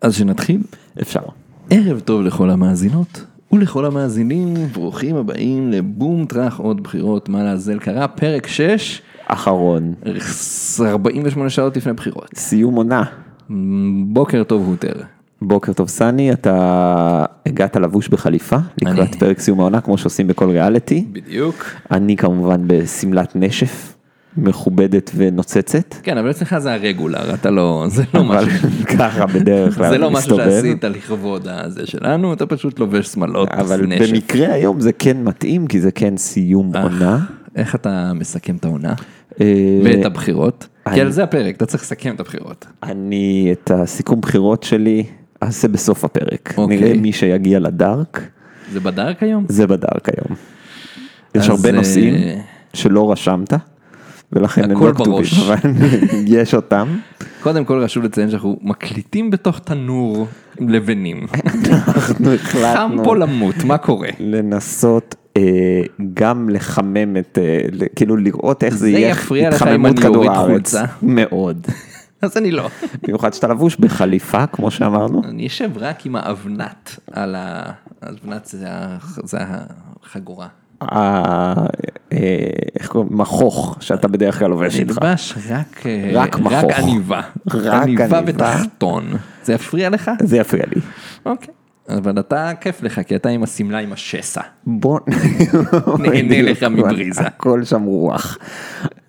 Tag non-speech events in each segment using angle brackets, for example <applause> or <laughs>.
אז שנתחיל. אפשר. ערב טוב לכל המאזינות ולכל המאזינים, ברוכים הבאים לבום טראח עוד בחירות, מה לעזל קרה, פרק 6, אחרון. 48 שעות לפני בחירות. סיום עונה. בוקר טוב הוטר. בוקר טוב סני, אתה הגעת לבוש בחליפה לקראת אני- פרק סיום העונה כמו שעושים בכל ריאליטי. בדיוק. אני כמובן בשמלת נשף מכובדת ונוצצת. כן, אבל אצלך זה הרגולר, אתה לא, זה לא אבל <laughs> משהו, ככה בדרך כלל זה לא משהו מסתובב. שעשית לכבוד הזה שלנו, אתה פשוט לובש שמלות, אבל נשף. אה. במקרה היום זה כן מתאים כי זה כן סיום עונה. איך אתה מסכם את העונה אה, ואת הבחירות? אני- כי על זה הפרק, אתה צריך לסכם את הבחירות. אני את הסיכום בחירות שלי אעשה בסוף הפרק. אוקיי. נראה מי שיגיע לדארק. זה בדארק היום? זה בדארק היום. יש אז, הרבה אה, נושאים שלא רשמת, ולכן הם הכל לא כתובים, בראש. אבל <laughs> יש אותם. קודם כל חשוב לציין שאנחנו מקליטים בתוך תנור לבנים. אנחנו חם החלטנו פה למות, מה קורה? לנסות אה, גם לחמם את, אה, ל- כאילו לראות איך זה זה יהיה יפריע לך אם אני אוריד חולצה. מאוד. אז אני לא. במיוחד שאתה לבוש בחליפה, כמו שאמרנו. אני אשב רק עם האבנת על ה... האבנת זה ה- זה החגורה. ה- אה, איך קוראים? מכוך שאתה בדרך כלל לובש איתך. נלבש רק... אה, רק רק מכוך. עניבה. רק עניבה עניבה. ותחתון. זה יפריע לך? זה יפריע לי. אוקיי. אבל אתה כיף לך כי אתה עם השמלה עם השסע. בוא נהנה לך בדיוק, מבריזה. הכל שם רוח.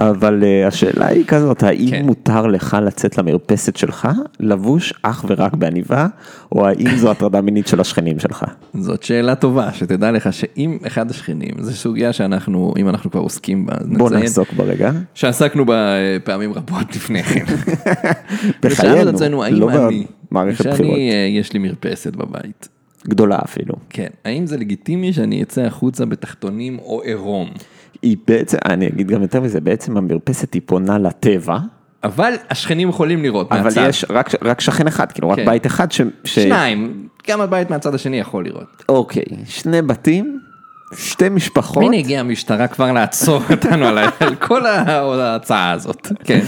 אבל אה, השאלה היא כזאת, כן. האם מותר לך לצאת למרפסת שלך לבוש אך ורק בעניבה, או האם זו הטרדה מינית של השכנים שלך? זאת שאלה טובה, שתדע לך שאם אחד השכנים, זו סוגיה שאנחנו, אם אנחנו כבר עוסקים בה, אז בוא נציין נעסוק ברגע. שעסקנו בה אה, פעמים רבות <laughs> לפני כן. ושאלנו בחיינו, את עצמנו האם לא אני, במערכת בחירות. שאני, אה, יש לי מרפסת בבית, גדולה אפילו. כן, האם זה לגיטימי שאני אצא החוצה בתחתונים או עירום? היא בעצם, אני אגיד גם יותר מזה, בעצם המרפסת היא פונה לטבע, אבל השכנים יכולים לראות אבל מהצד. יש אה, רק רק שכן אחד, כאילו רק כן. בית אחד ש... ש- שניים, גם הבית מהצד השני יכול לראות. אוקיי, שני בתים, שתי משפחות. הנה הגיעה המשטרה כבר לעצור <laughs> אותנו על ה- על כל ה- ההצעה הזאת. כן.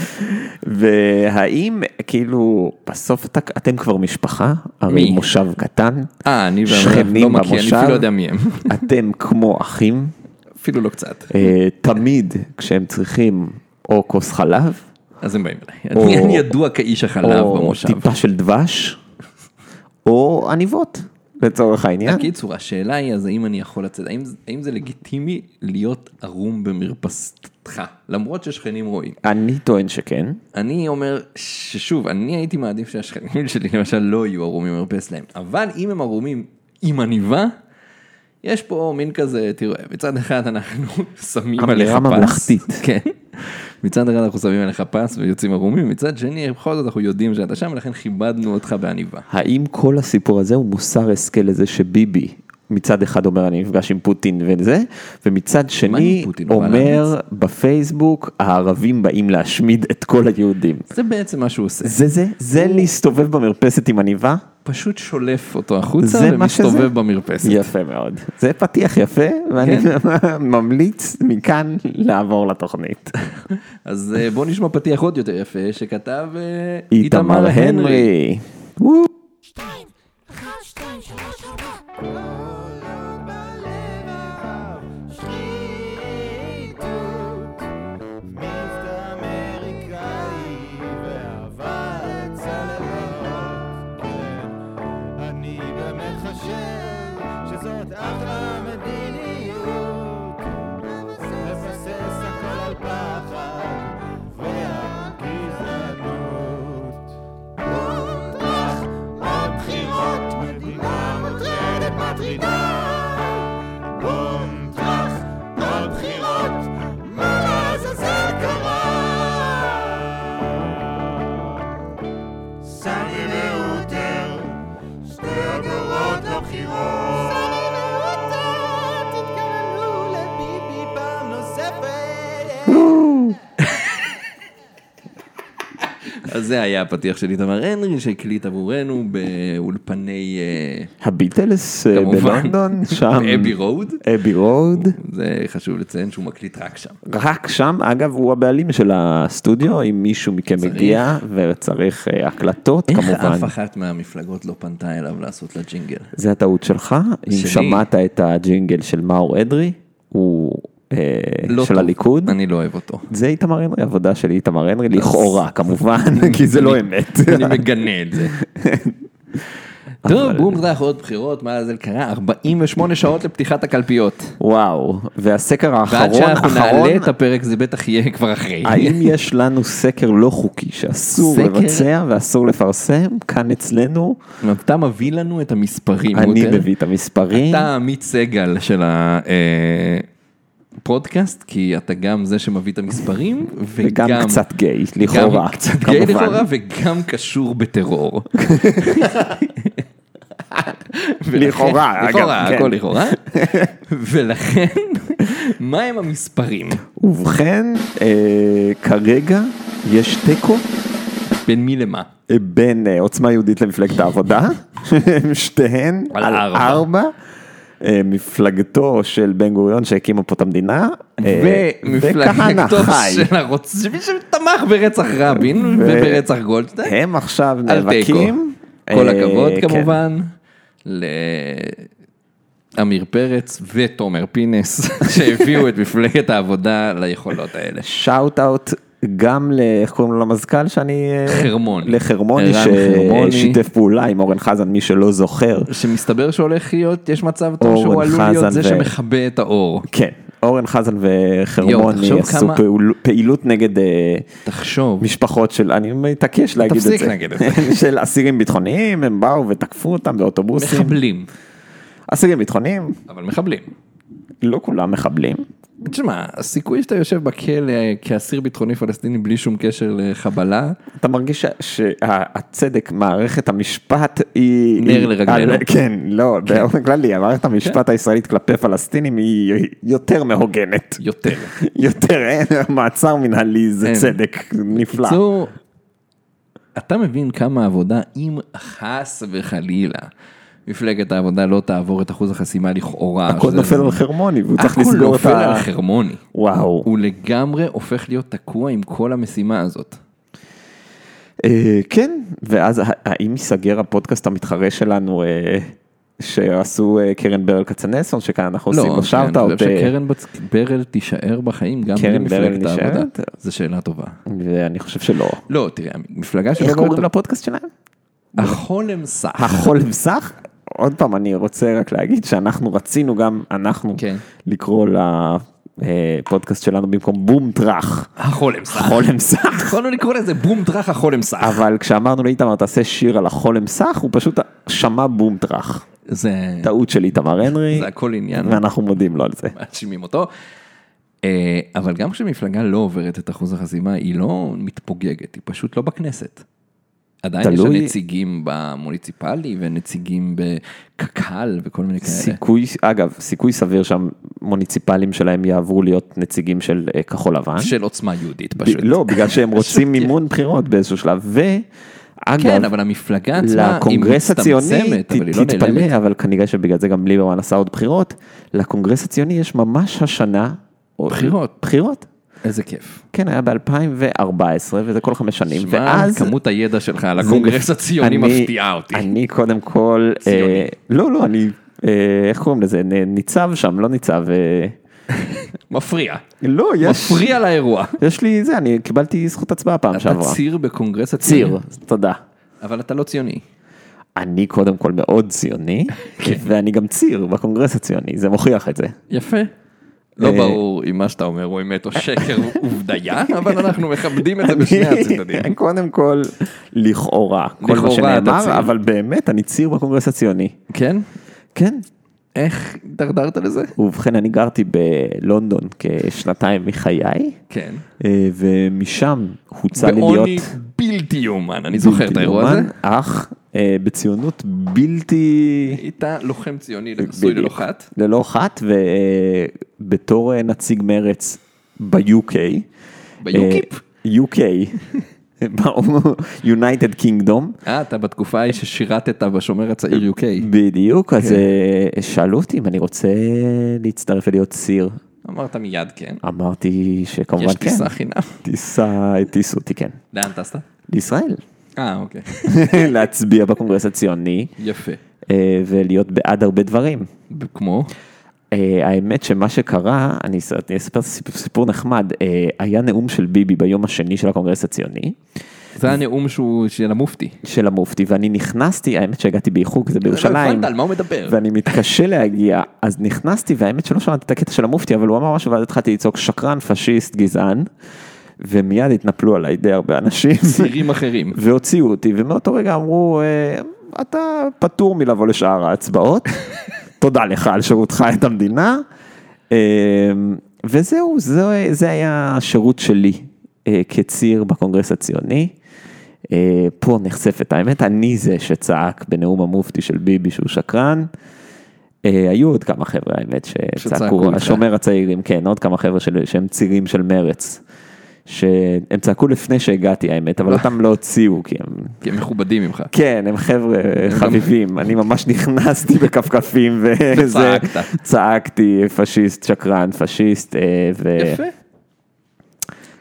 והאם כאילו בסוף אתה, אתם כבר משפחה, מי? הרי מושב <laughs> קטן, אה, אני ואמרה, שכנים לא מכיר, אני במושב. אפילו לא יודע מי הם. אתם כמו אחים, אפילו לא קצת. אה, תמיד כשהם צריכים או כוס חלב, אז הם באים אליי. או- אני- אני ידוע כאיש החלב או במושב. טיפה של דבש, או עניבות לצורך העניין. בקיצור, השאלה היא, אז האם אני יכול לצאת, האם, האם זה לגיטימי להיות ערום במרפסתך, למרות ששכנים רואים? אני טוען שכן, אני אומר ששוב, אני הייתי מעדיף שהשכנים שלי למשל לא יהיו ערומים במרפסת להם, אבל אם הם ערומים עם עניבה, יש פה מין כזה, תראה, מצד אחד אנחנו <laughs> שמים אמירה עליך פס. ממלכתית. <laughs> כן. מצד אחד אנחנו שמים עליך פס ויוצאים ערומים, מצד שני, בכל זאת אנחנו יודעים שאתה שם, ולכן כיבדנו אותך בעניבה. האם כל הסיפור הזה הוא מוסר השכל לזה שביבי מצד אחד אומר אני נפגש עם פוטין וזה, ומצד עם שני פוטין? הוא בא אומר בפייסבוק הערבים באים להשמיד את כל היהודים. זה בעצם מה שהוא עושה. זה זה, זה להסתובב במרפסת עם עניבה, פשוט שולף אותו החוצה זה מה שזה? ומסתובב במרפסת. יפה מאוד. זה פתיח יפה, ואני כן. <laughs> ממליץ מכאן לעבור <laughs> לתוכנית. אז אה, בוא נשמע פתיח עוד יותר יפה שכתב אה, איתמר הנרי. וואו. שתיים, אחת, שתיים, שלוש, ארבע. עולות בלבב שחיתות, מבט אמריקאי ואהבת צללות. כן, אני באמת חושב שזאת אחלה מדיניות. לבסס הכל על פחד והגזענות. מוטרח, עוד בחירות, מדינה מוטרדת מטרידה. בומטרח, עוד בחירות, מה לעזאזל קרה? סני ואוטר, שתי אגורות לבחירות. סני ואוטר, תתקרנו לביבי פעם נוספת. אז זה היה הפתיח של איתמר הנרי שהקליט עבורנו באולפני אה, הביטלס אה, כמובן. <laughs> בלונדון, שם, באבי רוד. אבי רוד, זה חשוב לציין שהוא מקליט רק שם. רק שם, אגב, הוא הבעלים של הסטודיו, אם מישהו מכם מגיע וצריך אה, הקלטות, איך כמובן. אף אחת מהמפלגות לא פנתה אליו לעשות לה ג'ינגל? זה הטעות שלך, אם שלי. שמעת את הג'ינגל של מאור אדרי, הוא אה, לא של טוב. הליכוד. אני לא אוהב אותו. זה איתמר הנרי, עבודה של איתמר הנרי, לכאורה כמובן, כי זה לא אמת. אני מגנה את <laughs> זה. טוב, בום זך עוד בחירות, מה זה קרה? 48 שעות לפתיחת הקלפיות. וואו, והסקר ועד האחרון, שאנחנו האחרון, נעלה את הפרק זה בטח יהיה כבר אחרי. האם יש לנו סקר לא חוקי שאסור סקר? לבצע ואסור לפרסם? כאן אצלנו, <laughs> אתה מביא לנו את המספרים. אני רוטר. מביא את המספרים. אתה עמית סגל של הפודקאסט, כי אתה גם זה שמביא את המספרים, וגם קצת גיי, לכאורה, גם קצת גיי כמובן. לכאורה, וגם קשור בטרור. ולכן- <laughs> לכאורה, אגב, לכאורה, כן. הכל לכאורה. ולכן, מהם המספרים? ובכן, אה, כרגע יש תיקו בין מי למה? אה, בין אה, עוצמה יהודית למפלגת העבודה, הם שתיהן על על ארבע. ארבע. אה, מפלגתו של בן גוריון שהקימה פה את המדינה, אה, ומפלגתו של הרוצ... שמי שתמך ברצח רבין וברצח גולדשטיין. הם עכשיו על נאבקים. תיקו. כל אה, הכבוד כן. כמובן לעמיר פרץ ותומר פינס <laughs> שהביאו את מפלגת העבודה ליכולות האלה. שאוט אאוט גם ל... איך קוראים לו למזכ"ל שאני... אה, חרמוני. לחרמוני ערן חרמוני. ששיתף פעולה עם אורן חזן, מי שלא זוכר. שמסתבר שהולך להיות, יש מצב טוב אורן שהוא עלול חזן להיות זה ו- שמכבה את האור. כן, אורן חזן יואו, וחרמוני תחשוב עשו כמה- פעול- פעילות נגד אה, תחשוב, משפחות של, אני מתעקש להגיד את זה. תפסיק להגיד את <laughs> של אסירים ביטחוניים, הם באו ותקפו אותם באוטובוסים. מחבלים, אסירים ביטחוניים, אבל מחבלים. לא כולם מחבלים. תשמע, הסיכוי שאתה יושב בכלא אה, כאסיר ביטחוני פלסטיני בלי שום קשר לחבלה, אתה מרגיש שה- שהצדק, מערכת המשפט היא... נר היא- לרגלינו. כן. על- כן, לא, באופן כללי, מערכת המשפט הישראלית כלפי פלסטינים היא יותר <laughs> מהוגנת. יותר. יותר אין, מעצר מנהלי זה אין. צדק נפלא. בקיצור, אתה מבין כמה עבודה, אם חס וחלילה מפלגת העבודה לא תעבור את אחוז החסימה לכאורה. הכל שזה- נופל על חרמוני, והוא צריך אה, הכל לסגור את נופל על ה... חרמוני. וואו. הוא לגמרי הופך להיות תקוע עם כל המשימה הזאת. אה, כן, ואז ה- האם ייסגר הפודקאסט המתחרה שלנו אה, שעשו אה, קרן ברל כצנלסון, שכאן אנחנו עושים לו לא, כן, אני שאוט-אאוט. חושב אה, שקרן בצ- ברל תישאר בחיים גם בלי קרן ברל מפלגת העבודה. נשארת? זו שאלה טובה. ואני חושב שלא. לא, תראה, מפלגה שלא... איך קוראים לפודקאסט שלהם? לא. החולם סך. החולם סך? עוד פעם, אני רוצה רק להגיד שאנחנו רצינו גם, אנחנו, כן. לקרוא לפודקאסט שלנו במקום בום טראח, החולם סך. חולם סך. יכולנו לקרוא לזה בום טראח החולם סך. אבל כשאמרנו לאיתמר תעשה שיר על החולם סך, הוא פשוט שמע בום טראח. זה... טעות של איתמר הנרי, כן. זה הכל כן. עניין. ואנחנו מודים לו על זה. מאשימים אותו. אה, אבל גם כשמפלגה לא עוברת את אחוז החסימה, היא לא מתפוגגת, היא פשוט לא בכנסת. עדיין יש לה תלוי- נציגים במוניציפלי ונציגים בקק"ל וכל מיני כאלה. סיכוי, אגב, סיכוי סביר שהמוניציפלים שלהם יעברו להיות נציגים של אה, כחול לבן. של עוצמה יהודית ב- פשוט. לא, בגלל שהם רוצים <laughs> פשוט- מימון בחירות באיזשהו שלב. כן, ואגב, אבל המפלגה עצמה, היא לקונגרס הציוני, מצטמצמת, ת- אבל היא לא נעלמת. תתפלא, אבל כנראה שבגלל זה גם ליברמן עשה עוד בחירות, לקונגרס הציוני יש ממש השנה. או- בחירות. בחירות. איזה כיף. כן, היה ב-2014, וזה כל חמש שנים, שמע, ואז... כמות הידע שלך על זה הקונגרס לפ- הציוני אני- מפתיעה אותי. אני קודם כל... אה, ציוני. לא, לא, אני... אה, איך קוראים לזה? נ- ניצב שם, לא ניצב. אה, מפריע. לא, יש... מפריע לאירוע. יש לי זה, אני קיבלתי זכות הצבעה פעם אתה שעברה. ציר בקונגרס ציר, הציוני. תודה. אבל אתה לא ציוני. אני קודם כל מאוד ציוני, כן. ואני גם ציר בקונגרס הציוני, זה מוכיח את זה. יפה. לא אה, ברור אם מה שאתה אומר הוא אמת או שקר עובדיה, אבל אנחנו מכבדים את זה <laughs> בשני הצדדים. אני- <laughs> קודם כל, לכאורה, כל מה לכאורה אתה ציר. שנאמר, אבל באמת אני ציר בקונגרס הציוני. כן? כן. איך הידרדרת לזה? ובכן, אני גרתי בלונדון כשנתיים מחיי, כן. אה, ומשם הוצע לי להיות... בעוני בלתי יאומן, אני זוכר את בלתי האירוע הזה. יאומן, אך אה, בציונות בלתי... היית לוחם ציוני נשוי בדיוק. ללוחת. ללא חת, אה, ובתור נציג מרץ ב-UK. ב-UKIP? <laughs> אה, UK. יונייטד קינגדום. אה, אתה בתקופה ההיא ששירתת בשומר הצעיר UK. בדיוק, אז אה, שאלו אותי אם אני רוצה להצטרף ולהיות סיר. אמרת מיד כן. אמרתי שכמובן יש כן. טיסה חינם. טיסה, הטיסו אותי כן. לאן טסת? לישראל. <laughs> אה, אוקיי. להצביע בקונגרס הציוני יפה. אה, ולהיות בעד הרבה דברים. כמו? אה, האמת שמה שקרה, אני אס- אני אספר סיפ- סיפור נחמד, אה, היה נאום של ביבי ביום השני של הקונגרס הציוני, זה הנאום שהוא של המופתי. של המופתי, ואני נכנסתי, האמת שהגעתי באיחור, כי זה לא בירושלים, הבנת על מה הוא מדבר. ואני מתקשה להגיע, אז נכנסתי, והאמת שלא שמעתי את הקטע של המופתי, אבל הוא אמר משהו, ואז התחלתי לצעוק שקרן, פשיסט, גזען, ומיד התנפלו עליי די <laughs> הרבה אנשים, צירים אחרים. והוציאו אותי, ומאותו רגע אמרו, "אה, אתה פטור מלבוא לשאר ההצבעות, <laughs> תודה לך על שירותך את המדינה. אה, וזהו, זה, זה היה השירות שלי אה, כציר בקונגרס הציוני. אה, פה נחשפת האמת, אני זה שצעק בנאום המופתי של ביבי שהוא שקרן. אה, היו עוד כמה חבר'ה, האמת, שצעקו שצעקו, איתך. השומר הצעירים, כן, עוד כמה חבר'ה של, שהם צירים של מרץ. שהם צעקו לפני שהגעתי האמת, אבל אותם לא הוציאו כי הם... כי הם מכובדים ממך. כן, הם חבר'ה חביבים, אני ממש <laughs> נכנסתי בכפכפים <laughs> וזה, וצעקת. צעקתי פשיסט, שקרן, פשיסט, אה, ו... יפה.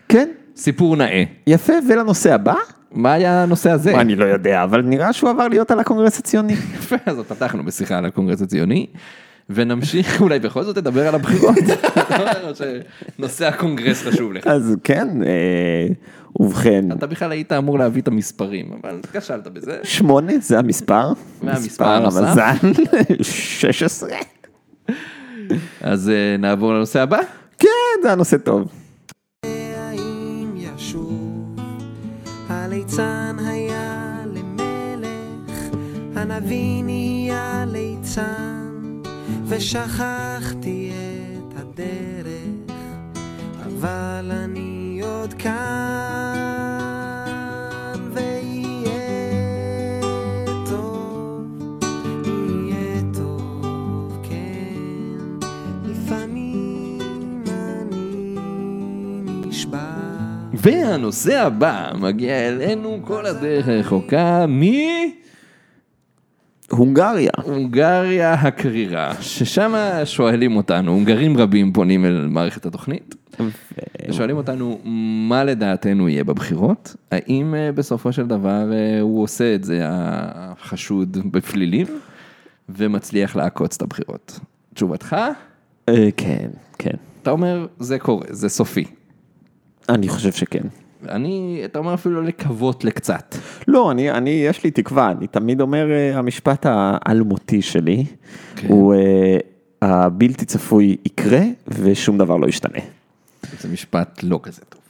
כן, סיפור נאה. יפה, ולנושא הבא? מה היה הנושא הזה? מה, אני לא יודע, אבל נראה שהוא עבר להיות על הקונגרס הציוני. <laughs> יפה, אז פתחנו בשיחה על הקונגרס הציוני, ונמשיך, <laughs> אולי בכל זאת נדבר על <laughs> הבחירות. או שנושא הקונגרס חשוב לך. אז כן, אה, ובכן, אתה בכלל היית אמור להביא את המספרים, אבל כשלת בזה. שמונה זה המספר, והמספר הנוסף? המזל, <laughs> 16. אז אה, נעבור לנושא הבא. כן, זה היה נושא טוב. האם ישוב? הליצן היה למלך, הנביא נהיה ליצן, ושכחתי את הדרך, אבל אני עוד כאן, ויהיה טוב. יהיה טוב, כן. לפעמים אני נשבע. והנושא הבא מגיע אלינו כל הדרך הרחוקה הונגריה. מהונגריה הקרירה, ששם שואלים אותנו, הונגרים רבים פונים אל מערכת התוכנית. שואלים אותנו מה לדעתנו יהיה בבחירות, האם אה, בסופו של דבר אה, הוא עושה את זה החשוד בפלילים ומצליח לעקוץ את הבחירות. תשובתך, אה, כן, כן. אתה אומר זה קורה, זה סופי. אני חושב שכן. אני, אתה אומר אפילו לא לקוות לקצת. לא, אני, אני, יש לי תקווה, אני תמיד אומר, אה, המשפט האלמותי שלי, כן. הוא אה, הבלתי צפוי יקרה ושום דבר לא ישתנה. זה משפט לא כזה טוב.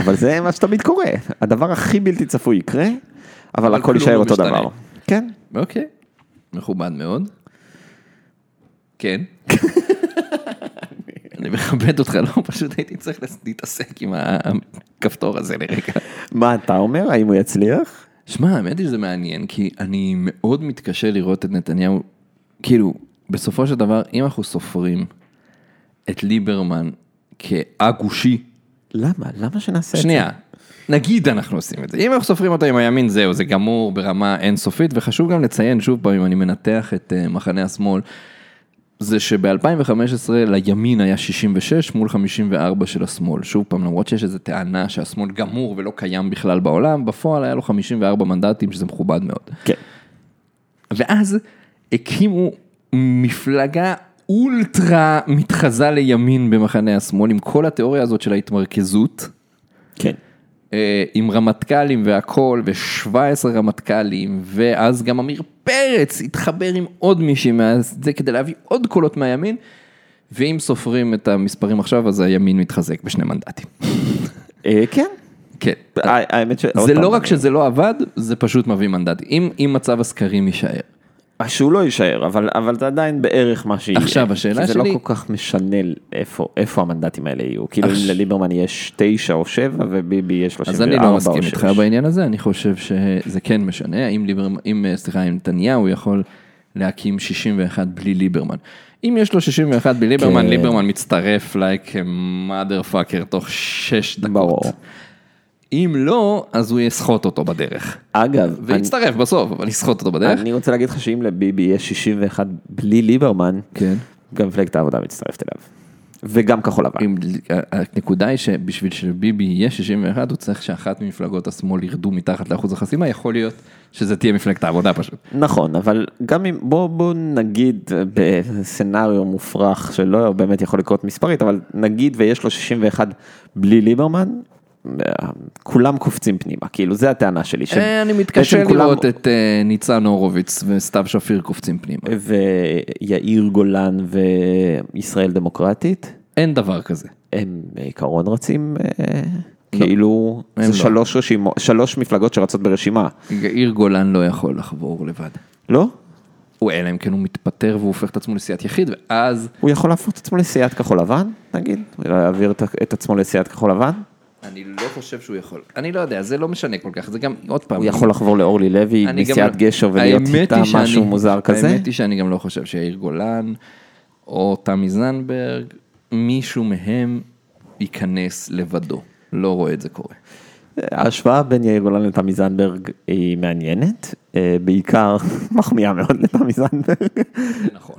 אבל זה מה שתמיד קורה, הדבר הכי בלתי צפוי יקרה, אבל אבל הכל כלום יישאר לא אותו משתנה. דבר. כן. אוקיי, מכובד מאוד. כן. אני מכבד אותך, לא, פשוט הייתי צריך להתעסק עם הכפתור הזה לרגע. מה אתה אומר, האם הוא יצליח? שמע, האמת היא שזה מעניין, כי אני מאוד מתקשה לראות את נתניהו, כאילו, בסופו של דבר, אם אנחנו סופרים את ליברמן כאגושי, למה? למה שנעשה את זה? שנייה, נגיד אנחנו עושים את זה, אם אנחנו סופרים אותו עם הימין, זהו, זה גמור ברמה אינסופית, וחשוב גם לציין, שוב פעם, אם אני מנתח את אה, מחנה השמאל, זה שב-2015 לימין היה 66 מול 54 של השמאל. שוב פעם, למרות שיש איזו טענה שהשמאל גמור ולא קיים בכלל בעולם, בפועל היה לו 54 מנדטים, שזה מכובד מאוד. כן. ואז הקימו מפלגה אולטרה מתחזה לימין במחנה השמאל, עם כל התיאוריה הזאת של ההתמרכזות. כן. אה, עם רמטכ"לים והכל, ו-17 רמטכ"לים, ואז גם עמיר פרץ התחבר עם עוד מישהי מה- זה כדי להביא עוד קולות מהימין, ואם סופרים את המספרים עכשיו, אז הימין מתחזק בשני מנדטים. אה, כן. כן. הא- אה, האמת ש... עוד זה לא פעם, רק שזה לא עבד, זה פשוט מביא מנדט, אם, אם מצב הסקרים יישאר. אה, שהוא לא יישאר, אבל, אבל זה עדיין בערך מה שיהיה. עכשיו, השאלה כי זה שלי- לא כל כך משנה איפה, איפה המנדטים האלה יהיו. כאילו אך- אם לליברמן יש תשע או שבע וביבי יש 34 או שש. אז אני לא מסכים איתך בעניין הזה, אני חושב שזה כן משנה, האם ליברמן, אם, אה, סליחה, אם נתניהו יכול להקים 61 בלי ליברמן. אם יש לו 61 בלי ליברמן, אה, כן. ליברמן מצטרף לייק מאדר פאקר תוך 6 דקות. ברור. אם לא, אז הוא יסחוט אותו בדרך. אגב, ויצטרף בסוף, אבל יסחוט אותו בדרך. אני, אני רוצה להגיד לך שאם לביבי יש 61 בלי ליברמן, כן. גם מפלגת העבודה מצטרפת אליו. וגם כחול לבן. אם, הנקודה היא שבשביל שביבי יהיה 61, הוא צריך שאחת ממפלגות השמאל ירדו מתחת לאחוז החסימה, יכול להיות שזה תהיה מפלגת העבודה פשוט. נכון, אבל גם אם, בוא, בוא נגיד בסצנריו מופרך שלא באמת יכול לקרות מספרית, אבל נגיד ויש לו 61 בלי ליברמן, אה, כולם קופצים פנימה, כאילו זה הטענה שלי. ש- אה, אני בעצם מתקשה כולם- לראות את אה, ניצן הורוביץ וסתיו שפיר קופצים פנימה. ויאיר גולן וישראל דמוקרטית, אין דבר כזה. הם בעיקרון רצים, אה, כאילו, הם זה לא. שלוש רשימות, שלוש מפלגות שרצות ברשימה, יאיר גולן לא יכול לחבור לבד. לא? הוא אלא אם כן הוא מתפטר והוא הופך את עצמו לסיעת יחיד, ואז הוא יכול להפוך את עצמו לסיעת כחול לבן, נגיד, להעביר את- את עצמו לסיעת כחול לבן? אני לא חושב שהוא יכול. אני לא יודע, זה לא משנה כל כך, זה גם, עוד פעם. הוא יכול לחבור לאורלי לוי אני גם מסיעת לא- גשר ולהיות האמת היא איתה שאני- משהו מוזר כזה? האמת היא שאני גם לא חושב שיאיר גולן או תמי זנדברג, מישהו מהם ייכנס לבדו. לא רואה את זה קורה. ההשוואה בין יאיר גולן לתמי זנדברג היא מעניינת, אה, בעיקר <laughs> מחמיאה מאוד לתמי זנדברג, <laughs> זה נכון.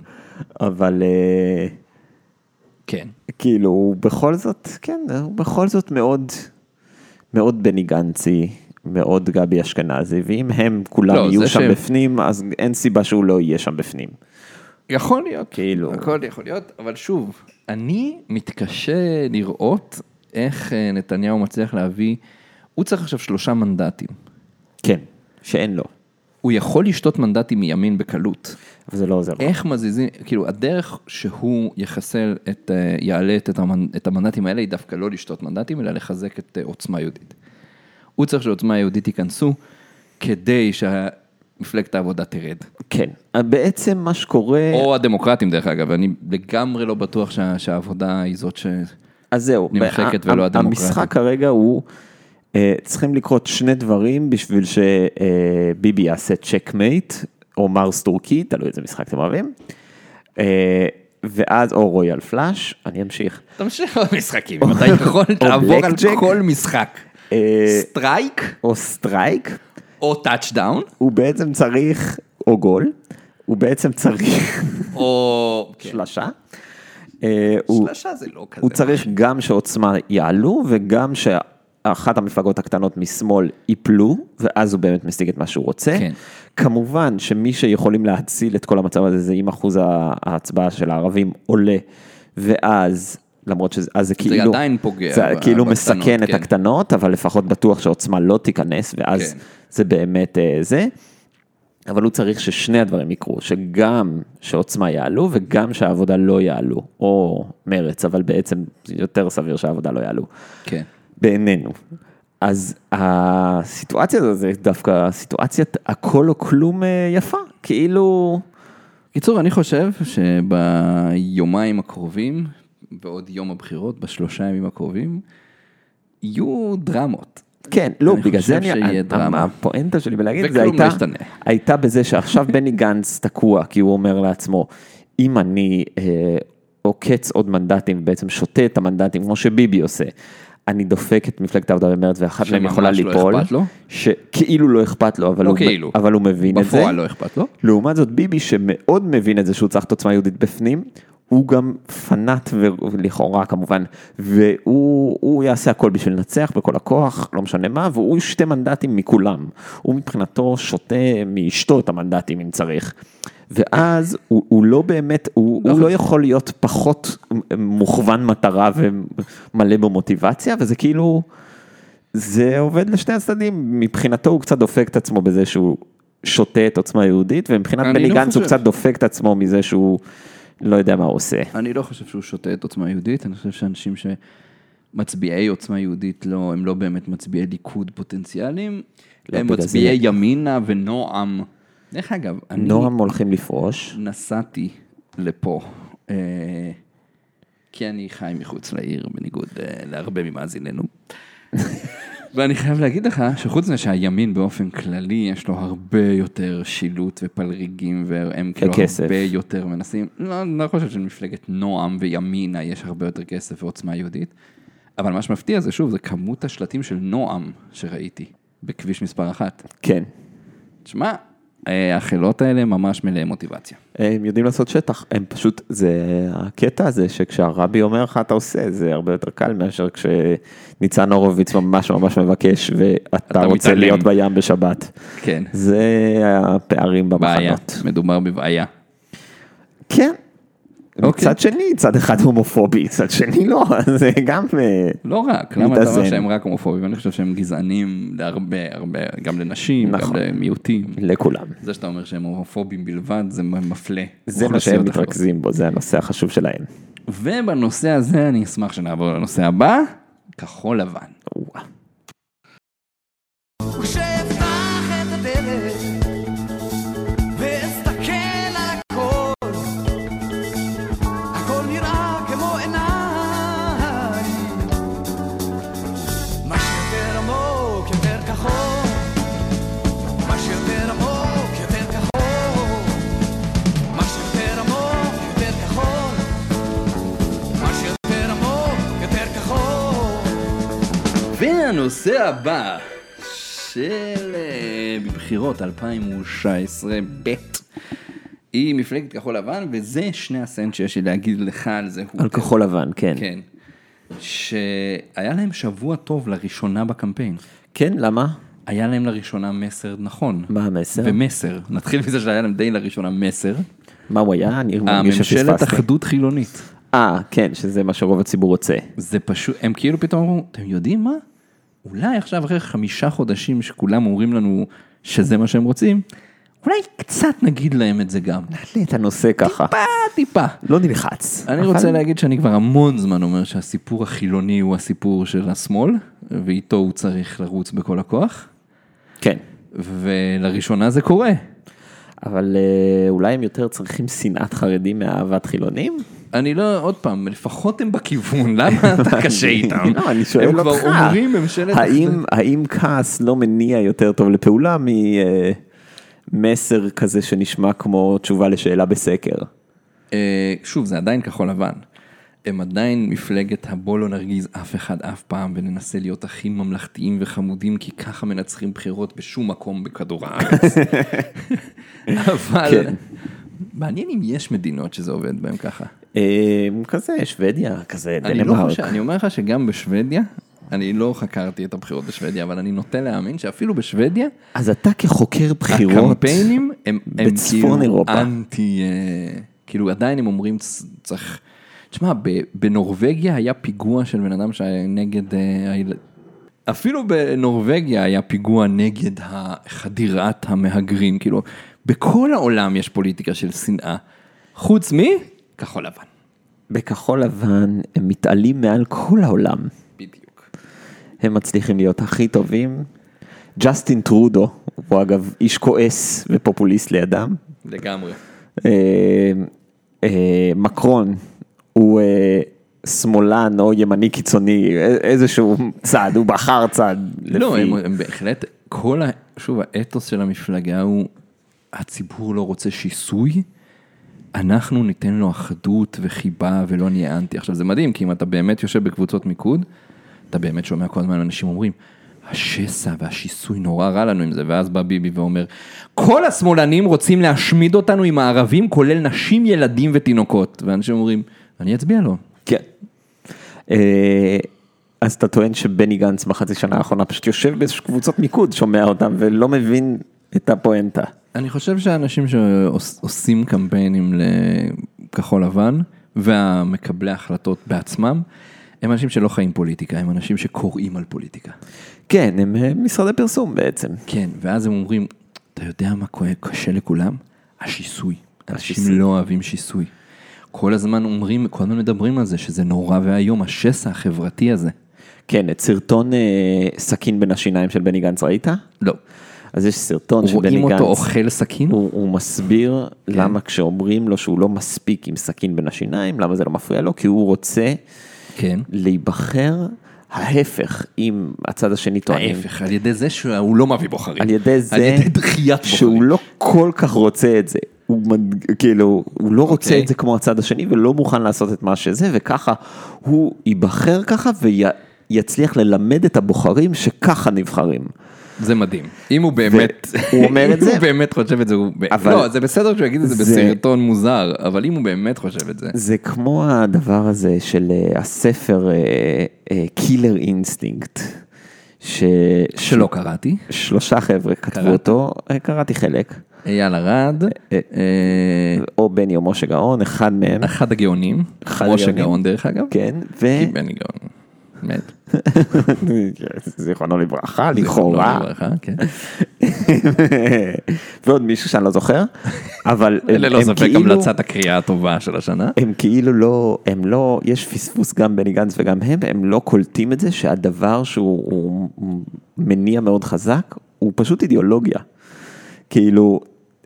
אבל אה, כן. כאילו הוא בכל זאת, כן, הוא בכל זאת מאוד, מאוד בני גנצי, מאוד גבי אשכנזי, ואם הם כולם לא, יהיו זה שם שהם- בפנים, אז אין סיבה שהוא לא יהיה שם בפנים. יכול להיות. כאילו. הכל יכול להיות, אבל שוב, לא. אני מתקשה לראות איך אה, נתניהו מצליח להביא, הוא צריך עכשיו שלושה מנדטים. כן, שאין לו, הוא יכול לשתות מנדטים מימין בקלות. אבל זה לא עוזר. לו. איך מזיזים, כאילו הדרך שהוא יחסל את, אה, יעלת את, המנ, את המנדטים האלה היא דווקא לא לשתות מנדטים, אלא לחזק את אה, עוצמה יהודית. הוא צריך שעוצמה יהודית ייכנסו, כדי שמפלגת העבודה תרד. כן, בעצם מה שקורה, או הדמוקרטים דרך אגב, אני לגמרי לא בטוח שה, שהעבודה היא זאת ש... אז זהו, נמחקת ה- ולא ה- הדמוקרטית. המשחק כרגע הוא, אה, צריכים לקרות שני דברים בשביל שביבי יעשה צ'קמייט, או מרס טורקי, תלוי איזה משחק אתם אוהבים, אה, ואז או רויאל פלאש, אני אמשיך. תמשיך <laughs> במשחקים, אם אתה יכול או תעבור על blackjack. כל משחק. אה, סטרייק או סטרייק, או טאצ'דאון, הוא בעצם צריך, או גול, הוא בעצם צריך או... כן, שלשה. אה, הוא- שלושה זה לא כזה. הוא צריך גם שעוצמה יעלו וגם שאחת המפלגות הקטנות משמאל ייפלו, ואז הוא באמת משיג את מה שהוא רוצה. כן. כמובן שמי שיכולים להציל את כל המצב הזה זה אם אחוז ההצבעה של הערבים עולה, ואז... למרות שזה אז זה כאילו, עדיין פוגע זה ב- כאילו בקטנות, מסכן את כן. הקטנות, אבל לפחות בטוח שעוצמה לא תיכנס, ואז כן. זה באמת אה, זה. אבל הוא צריך ששני הדברים יקרו, שגם שעוצמה יעלו וגם שהעבודה לא יעלו, או מרץ, אבל בעצם יותר סביר שהעבודה לא יעלו, כן. בעינינו. אז הסיטואציה הזו זה דווקא סיטואציית הכל או כלום אה, יפה, כאילו, קיצור, אני חושב שביומיים הקרובים, בעוד יום הבחירות, בשלושה ימים הקרובים, יהיו דרמות. כן, לא, אני בגלל זה חושב אני, שיהיה דרמה. הפואנטה שלי בלהגיד את זה וכלום לא הייתה, ישתנה. הייתה בזה שעכשיו <laughs> בני גנץ תקוע, כי הוא אומר לעצמו, אם אני אה, עוקץ עוד מנדטים, בעצם שותה את המנדטים, כמו שביבי עושה, אני דופק את מפלגת העבודה במרץ, ואחת מהם שממש יכולה לא ליפול, אכפת לו? שכאילו לא אכפת לו, אבל, לא הוא, כאילו. אבל הוא מבין את זה. בפועל לא אכפת לו. לעומת זאת ביבי שמאוד מבין את זה שהוא צריך את עוצמה יהודית בפנים, הוא גם פנאט ולכאורה כמובן, והוא הוא יעשה הכל בשביל לנצח בכל הכוח, לא משנה מה, והוא שתי מנדטים מכולם. הוא מבחינתו שותה מאשתו את המנדטים אם צריך. ואז הוא, הוא לא באמת, הוא, הוא לא יכול להיות פחות מוכוון מטרה ומלא במוטיבציה, וזה כאילו, זה עובד לשני הצדדים, מבחינתו הוא קצת דופק את עצמו בזה שהוא שותה את עוצמה יהודית, ומבחינת אני בני לא גנץ הוא חושב. קצת דופק את עצמו מזה שהוא לא יודע מה הוא עושה. אני לא חושב שהוא שותה את עוצמה יהודית, אני חושב שאנשים שמצביעי עוצמה יהודית, לא, הם לא באמת מצביעי ליכוד פוטנציאליים, לא, הם בגלל מצביעי ימינה ונועם. דרך אגב, אני נועם הולכים לפרוש, נסעתי לפה, אה, כי אני חי מחוץ לעיר, בניגוד אה, להרבה ממאזיננו. ואני חייב להגיד לך, שחוץ מזה שהימין באופן כללי, יש לו הרבה יותר שילוט ופלריגים, והם כאילו וכסף. הרבה יותר מנסים, לא, אני לא חושב שלמפלגת נועם וימינה יש הרבה יותר כסף ועוצמה יהודית. אבל מה שמפתיע זה, שוב, זה כמות השלטים של נועם שראיתי בכביש מספר אחת. כן. תשמע, אה, החילות האלה ממש מלאי מוטיבציה. הם יודעים לעשות שטח, הם פשוט, זה הקטע הזה שכשהרבי אומר לך אתה עושה, זה הרבה יותר קל מאשר כשניצן הורוביץ ממש ממש מבקש ואתה רוצה מתעלם. להיות בים בשבת. <laughs> כן. זה הפערים בעיה, במחנות. מדובר בבעיה. כן. אוקיי. מצד שני, צד אחד הומופובי, צד שני לא, <laughs> זה גם... אה, לא רק, למה אתה אומר מתאזן. שהם רק הומופובים? אני חושב שהם גזענים להרבה, הרבה, גם לנשים, גם נכון. למיעוטים. לכולם. זה שאתה אומר שהם הומופובים בלבד, זה מפלה. זה מה אוכלוסיות שהם אחרות. מתרכזים בו, זה הנושא החשוב שלהם. ובנושא הזה אני אשמח שנעבור לנושא הבא, כחול לבן. וואו. וכשאפתח את הדלת ואסתכל על הכל, הכל נראה כמו עיניי. מה שיותר עמוק יותר כחול, מה שיותר עמוק יותר כחול, מה שיותר עמוק יותר כחול, מה שיותר עמוק יותר כחול. והנושא הבא של אה, בבחירות 2019 ב' היא מפלגת כחול לבן, וזה שני הסנט שיש לי להגיד לך על זה. הוא- על כחול לבן, כן. כן. שהיה להם שבוע טוב לראשונה בקמפיין. כן, למה? היה להם לראשונה מסר נכון. מה המסר? ומסר. נתחיל מזה שהיה להם די לראשונה מסר. מה הוא היה? אני מרגיש הממשלת שפספסתי. אחדות חילונית. אה, כן, שזה מה שרוב הציבור רוצה. זה פשוט, הם כאילו פתאום אמרו, אתם יודעים מה? אולי עכשיו אחרי חמישה חודשים שכולם אומרים לנו שזה מה שהם רוצים, אולי קצת נגיד להם את זה גם. תעלה את הנושא ככה. טיפה, טיפה. לא נלחץ. אני אבל- רוצה להגיד שאני כבר המון זמן אומר שהסיפור החילוני הוא הסיפור של השמאל, ואיתו הוא צריך לרוץ בכל הכוח, כן. ולראשונה זה קורה. אבל אה, אולי הם יותר צריכים שנאת חרדים מאהבת חילונים? אני לא, עוד פעם, לפחות הם בכיוון, <laughs> למה אתה קשה איתם? לא, אני שואל הם אותך. כבר אומרים ממשלת... האם, האם כעס לא מניע יותר טוב לפעולה ממסר כזה שנשמע כמו תשובה לשאלה בסקר? אה, שוב, זה עדיין כחול לבן. הם עדיין מפלגת הבוא לא נרגיז אף אחד אף פעם וננסה להיות הכי ממלכתיים וחמודים כי ככה מנצחים בחירות בשום מקום בכדור <laughs> הארץ. <laughs> אבל כן. מעניין אם יש מדינות שזה עובד בהן ככה. אה, כזה, שוודיה, כזה, אני לא דנמרק. חושב, אני אומר לך שגם בשוודיה, אני לא חקרתי את הבחירות בשוודיה, אבל אני נוטה להאמין שאפילו בשוודיה, אז אתה כחוקר בחירות, הקמפיינים הם, הם בצפון כאילו אירופה. אנטי, אה, כאילו עדיין הם אומרים "צ- צריך, תשמע ב- בנורבגיה היה פיגוע של בן אדם שהיה נגד, אה, הילד- אפילו בנורבגיה היה פיגוע נגד ה- חדירת המהגרים, כאילו בכל העולם יש פוליטיקה של שנאה, חוץ מכחול לבן, בכחול לבן הם מתעלים מעל כל העולם. בדיוק. הם מצליחים להיות הכי טובים. ג'סטין טרודו, הוא אגב איש כועס ופופוליסט לידם. לגמרי. אה, אה, מקרון הוא אה, שמאלן או ימני קיצוני, א- איזשהו צד, הוא בחר צד. לא, לפי- הם, הם בהחלט, כל ה... שוב, האתוס של המפלגה הוא, הציבור לא רוצה שיסוי, אנחנו ניתן לו אחדות וחיבה ולא נהיה אנטי. עכשיו, זה מדהים, כי אם אתה באמת יושב בקבוצות מיקוד, אתה באמת שומע כל הזמן אנשים אומרים, השסע והשיסוי נורא רע לנו עם זה, ואז בא ביבי ואומר, כל השמאלנים רוצים להשמיד אותנו עם הערבים, כולל נשים, ילדים ותינוקות. ואנשים אומרים, אני אצביע לו. כן. אה, אז אתה טוען שבני גנץ בחצי שנה האחרונה פשוט יושב באיזשהו קבוצות מיקוד, שומע אותם ולא מבין את הפואנטה. אני חושב שהאנשים שעושים קמפיינים לכחול לבן והמקבלי ההחלטות בעצמם, הם אנשים שלא חיים פוליטיקה, הם אנשים שקוראים על פוליטיקה. כן, הם אה, משרדי פרסום בעצם. כן, ואז הם אומרים, אתה יודע מה כואב- קשה לכולם? השיסוי. השיסוי. אנשים לא אוהבים שיסוי. כל הזמן אומרים, כל הזמן מדברים על זה, שזה נורא ואיום, השסע החברתי הזה. כן, את סרטון אה, סכין בין השיניים של בני גנץ ראית? לא. אז יש סרטון של בני נכון גנץ. רואים אותו אוכל סכין? הוא, הוא מסביר כן. למה כשאומרים לו שהוא לא מספיק עם סכין בין השיניים, למה זה לא מפריע לו, כי הוא רוצה כן. להיבחר ההפך אם הצד השני טוען. ההפך, על ידי זה שהוא לא מביא בוחרים. על ידי זה על ידי דחיית בוחרים. שהוא לא כל כך רוצה את זה. הוא מד... כאילו, הוא לא רוצה אוקיי. את זה כמו הצד השני ולא מוכן לעשות את מה שזה, וככה הוא ייבחר ככה יצליח ללמד את הבוחרים שככה נבחרים. זה מדהים. אם הוא באמת, הוא אומר <laughs> את אם זה. הוא באמת חושב את זה, הוא... אבל... אבל- לא, זה בסדר שהוא יגיד את זה זה- בסרטון מוזר, אבל אם הוא באמת חושב את זה, זה כמו הדבר הזה של אה, הספר אה, קילר אינסטינקט. ש... שלא קראתי, שלושה חבר'ה כתבו קראת? אותו, אה, קראתי חלק, אייל ארד, אה, או בני או משה גאון, אחד מהם, אחד הגאונים, אחד ראש הגאונים. הגאון דרך אגב, כן, כי ו... בני גאון, מת, <laughs> זיכרונו לברכה, זיכרונו אה, לכאורה, לברכה, כן. <laughs> ועוד מישהו שאני לא זוכר, אבל הם- ללא הם לא ספק כאילו- המלצת הקריאה הטובה של השנה. הם כאילו לא, הם לא, יש פספוס גם בני גנץ וגם הם, הם לא קולטים את זה שהדבר שהוא הוא מניע מאוד חזק, הוא פשוט אידיאולוגיה. כאילו,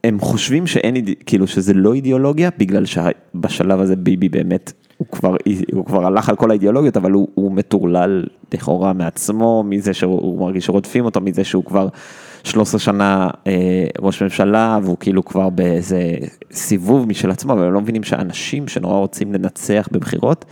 הם חושבים שאין, איד- כאילו שזה לא אידיאולוגיה, בגלל שבשלב הזה ביבי באמת, הוא כבר, הוא כבר הלך על כל האידיאולוגיות, אבל הוא, הוא מטורלל לכאורה מעצמו, מזה שהוא מרגיש שרודפים אותו, מזה שהוא כבר 13 שנה אה, ראש ממשלה, והוא כאילו כבר באיזה סיבוב משל עצמו, אבל הם לא מבינים שאנשים שנורא רוצים לנצח בבחירות,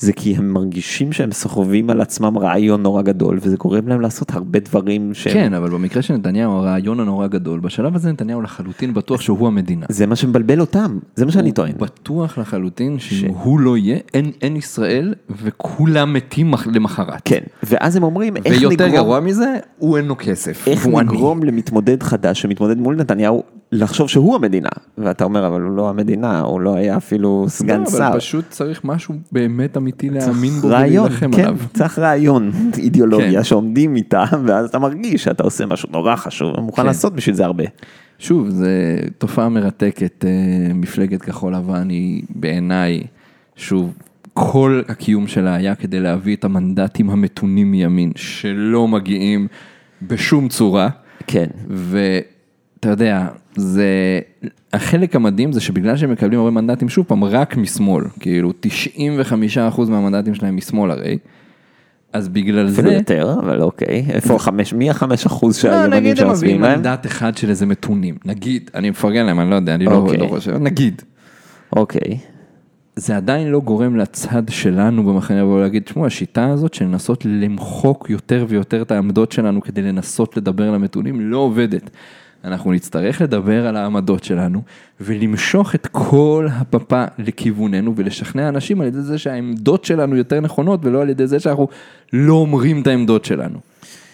זה כי הם מרגישים שהם סוחבים על עצמם רעיון נורא גדול, וזה גורם להם לעשות הרבה דברים שהם... כן, אבל במקרה של נתניהו הרעיון הנורא גדול, בשלב הזה נתניהו לחלוטין בטוח שהוא המדינה. זה מה שמבלבל אותם, זה מה שאני טוען. הוא בטוח לחלוטין שאם הוא לא יהיה, אין- אין ישראל וכולם מתים מח- למחרת. כן, ואז הם אומרים, כן, איך נגרום... ויותר גרוע מזה, הוא אין לו כסף. איך והוא עני. נגרום למתמודד חדש שמתמודד מול נתניהו לחשוב שהוא המדינה? ואתה אומר, אבל הוא לא המדינה, הוא לא היה אפילו סגן לא, שר. אבל פשוט צריך משהו באמת אמיתי להאמין בו רעיון, ולהילחם כן, עליו. צריך רעיון, <laughs> אידיאולוגיה כן. שעומדים איתה, ואז אתה מרגיש שאתה עושה משהו נורא חשוב, ומוכן כן. לעשות בשביל זה הרבה. שוב, זו תופעה מרתקת, אה, מפלגת כחול לבן היא בעיניי, שוב, כל הקיום שלה היה כדי להביא את המנדטים המתונים מימין, שלא מגיעים בשום צורה. כן. ואתה יודע, זה, החלק המדהים זה שבגלל שהם מקבלים הרבה מנדטים, שוב פעם, רק משמאל, כאילו 95% מהמנדטים שלהם משמאל הרי, אז בגלל אפילו זה, יותר, אבל אוקיי. איפה החמש, מי החמש אחוז אה? לא, שהימנים נגיד הם שמצביעים מביאים להם? מנדט אחד של איזה מתונים, נגיד, אני מפרגן להם, אני לא יודע, אני לא אוקיי. לא חושב, נגיד. אוקיי. זה עדיין לא גורם לצד שלנו במחנה לבוא להגיד, תשמעו, השיטה הזאת של לנסות למחוק יותר ויותר את העמדות שלנו כדי לנסות לדבר על המתונים לא עובדת. אנחנו נצטרך לדבר על העמדות שלנו ולמשוך את כל הפפה לכיווננו ולשכנע אנשים על ידי זה שהעמדות שלנו יותר נכונות ולא על ידי זה שאנחנו לא אומרים את העמדות שלנו.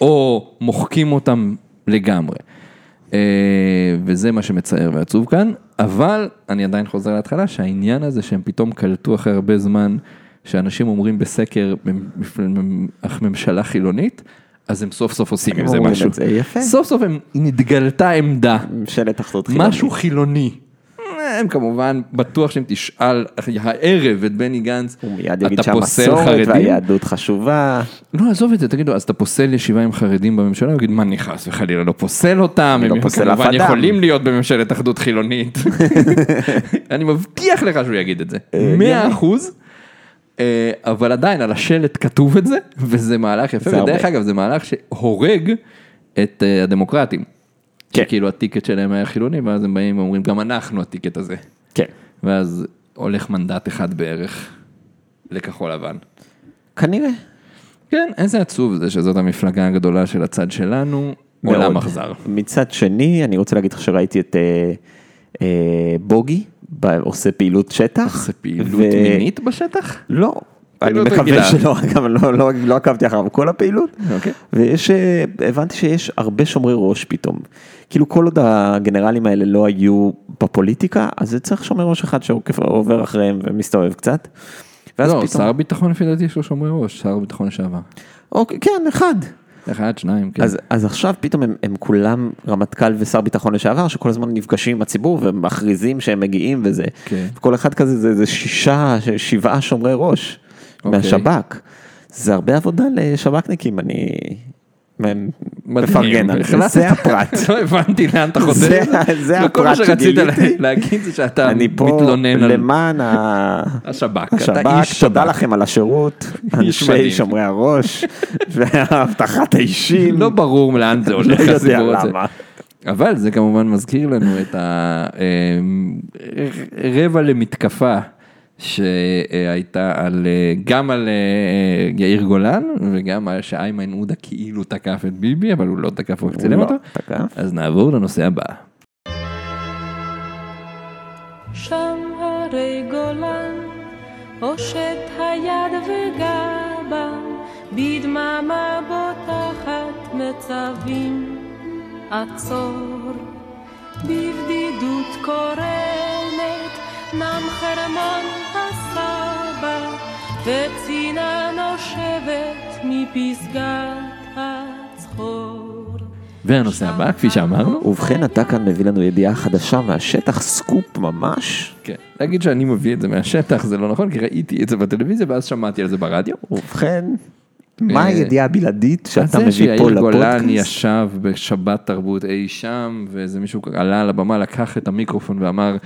או מוחקים אותם לגמרי. אה, וזה מה שמצער ועצוב כאן, אבל אני עדיין חוזר להתחלה שהעניין הזה שהם פתאום קלטו אחרי הרבה זמן, שאנשים אומרים בסקר, "מ- מפ- אך ממשלה חילונית, אז הם סוף סוף עושים עם זה אומרים משהו. את זה, יפה. סוף סוף הם נתגלתה עמדה, ממשלת אחדות חילונית. משהו חילוני. אה, הם כמובן, בטוח שאם תשאל הערב את בני גנץ, הוא מיד יגיד אתה פוסל שהמסורת חרדים? והיהדות חשובה. לא, עזוב את זה, תגידו, אז אתה פוסל ישיבה עם חרדים בממשלה? הוא יגיד, מה אני חס וחלילה לא פוסל אותם, אני לא הם פוסל אף כמובן אדם." יכולים להיות בממשלת אחדות <laughs> חילונית. אני מבטיח לך שהוא יגיד את זה, אה, 100 אחוז. אה, אבל עדיין על השלט כתוב את זה, וזה מהלך זה יפה, ודרך הרבה. אגב זה מהלך שהורג את אה, הדמוקרטים. כן. שכאילו הטיקט שלהם היה חילוני, ואז הם באים ואומרים, גם אנחנו הטיקט הזה. כן. ואז הולך מנדט אחד בערך לכחול לבן. כנראה. כן, איזה עצוב זה שזאת המפלגה הגדולה של הצד שלנו, עולם מאוד. אכזר. מצד שני, אני רוצה להגיד לך שראיתי את אה, אה, בוגי ב- עושה פעילות שטח. זה פעילות ו- מינית בשטח? לא. אני פעילות מקווה רגילה. שלא, גם לא, לא, לא עקבתי אחריו כל הפעילות, אוקיי. ויש, אה, הבנתי שיש הרבה שומרי ראש פתאום. כאילו כל עוד הגנרלים האלה לא היו בפוליטיקה, אז זה צריך שומר ראש אחד שעובר אחריהם ומסתובב קצת. ואז לא, פתאום, שר ביטחון לפי דעתי יש לו שומרי ראש, שר ביטחון לשעבר. אוקיי, כן, אחד. אחד, שניים, כן. אז, אז עכשיו פתאום הם, הם כולם רמטכ"ל ושר ביטחון לשעבר שכל הזמן נפגשים עם הציבור ומכריזים שהם מגיעים וזה. כן. כל אחד כזה זה, זה שישה, ש- שבעה שומרי ראש אוקיי. מהשב"כ. זה הרבה עבודה לשב"כניקים, אני מ- מדהים. מפרגן על זה, החלטת- זה <laughs> הפרט. <laughs> לא הבנתי לאן אתה חוזר. זה- זה וכל הפרט מה שרצית שגיליתי. לה- להגיד זה שאתה אני פה מתלונן על למען ה- השב"כ. אתה השב"כ, איש תודה שב"כ. לכם על השירות, אנשי מדהים. שומרי הראש <laughs> והבטחת האישים, לא ברור לאן זה לא הולך יודע הסיפור הזה. למה. אבל זה כמובן מזכיר לנו את הרבע אמ, למתקפה שהייתה על, אה, גם על אה, יאיר גולן וגם על שאיימן עודה כאילו תקף את ביבי, אבל הוא לא תקף, הוא רק צילם לא אותו. תקף. אז נעבור לנושא הבא. שם הרי גולן, הושט היד וגבה, בדממה בוטחת מצבים, עצור. בבדידות קורנת, נם חרמון הסבא, וצינה נושבת מפסגת הצחור. והנושא הבא, כפי שאמרנו, ובכן, אתה כאן מביא לנו ידיעה חדשה מהשטח, סקופ ממש. כן. להגיד שאני מביא את זה מהשטח זה לא נכון, כי ראיתי את זה בטלוויזיה ואז שמעתי על זה ברדיו. ובכן, מה אה, הידיעה הבלעדית שאתה זה מביא פה שיאיר גולן לפודקאסט? ישב בשבת תרבות אי שם, ואיזה מישהו עלה על הבמה, לקח את המיקרופון ואמר,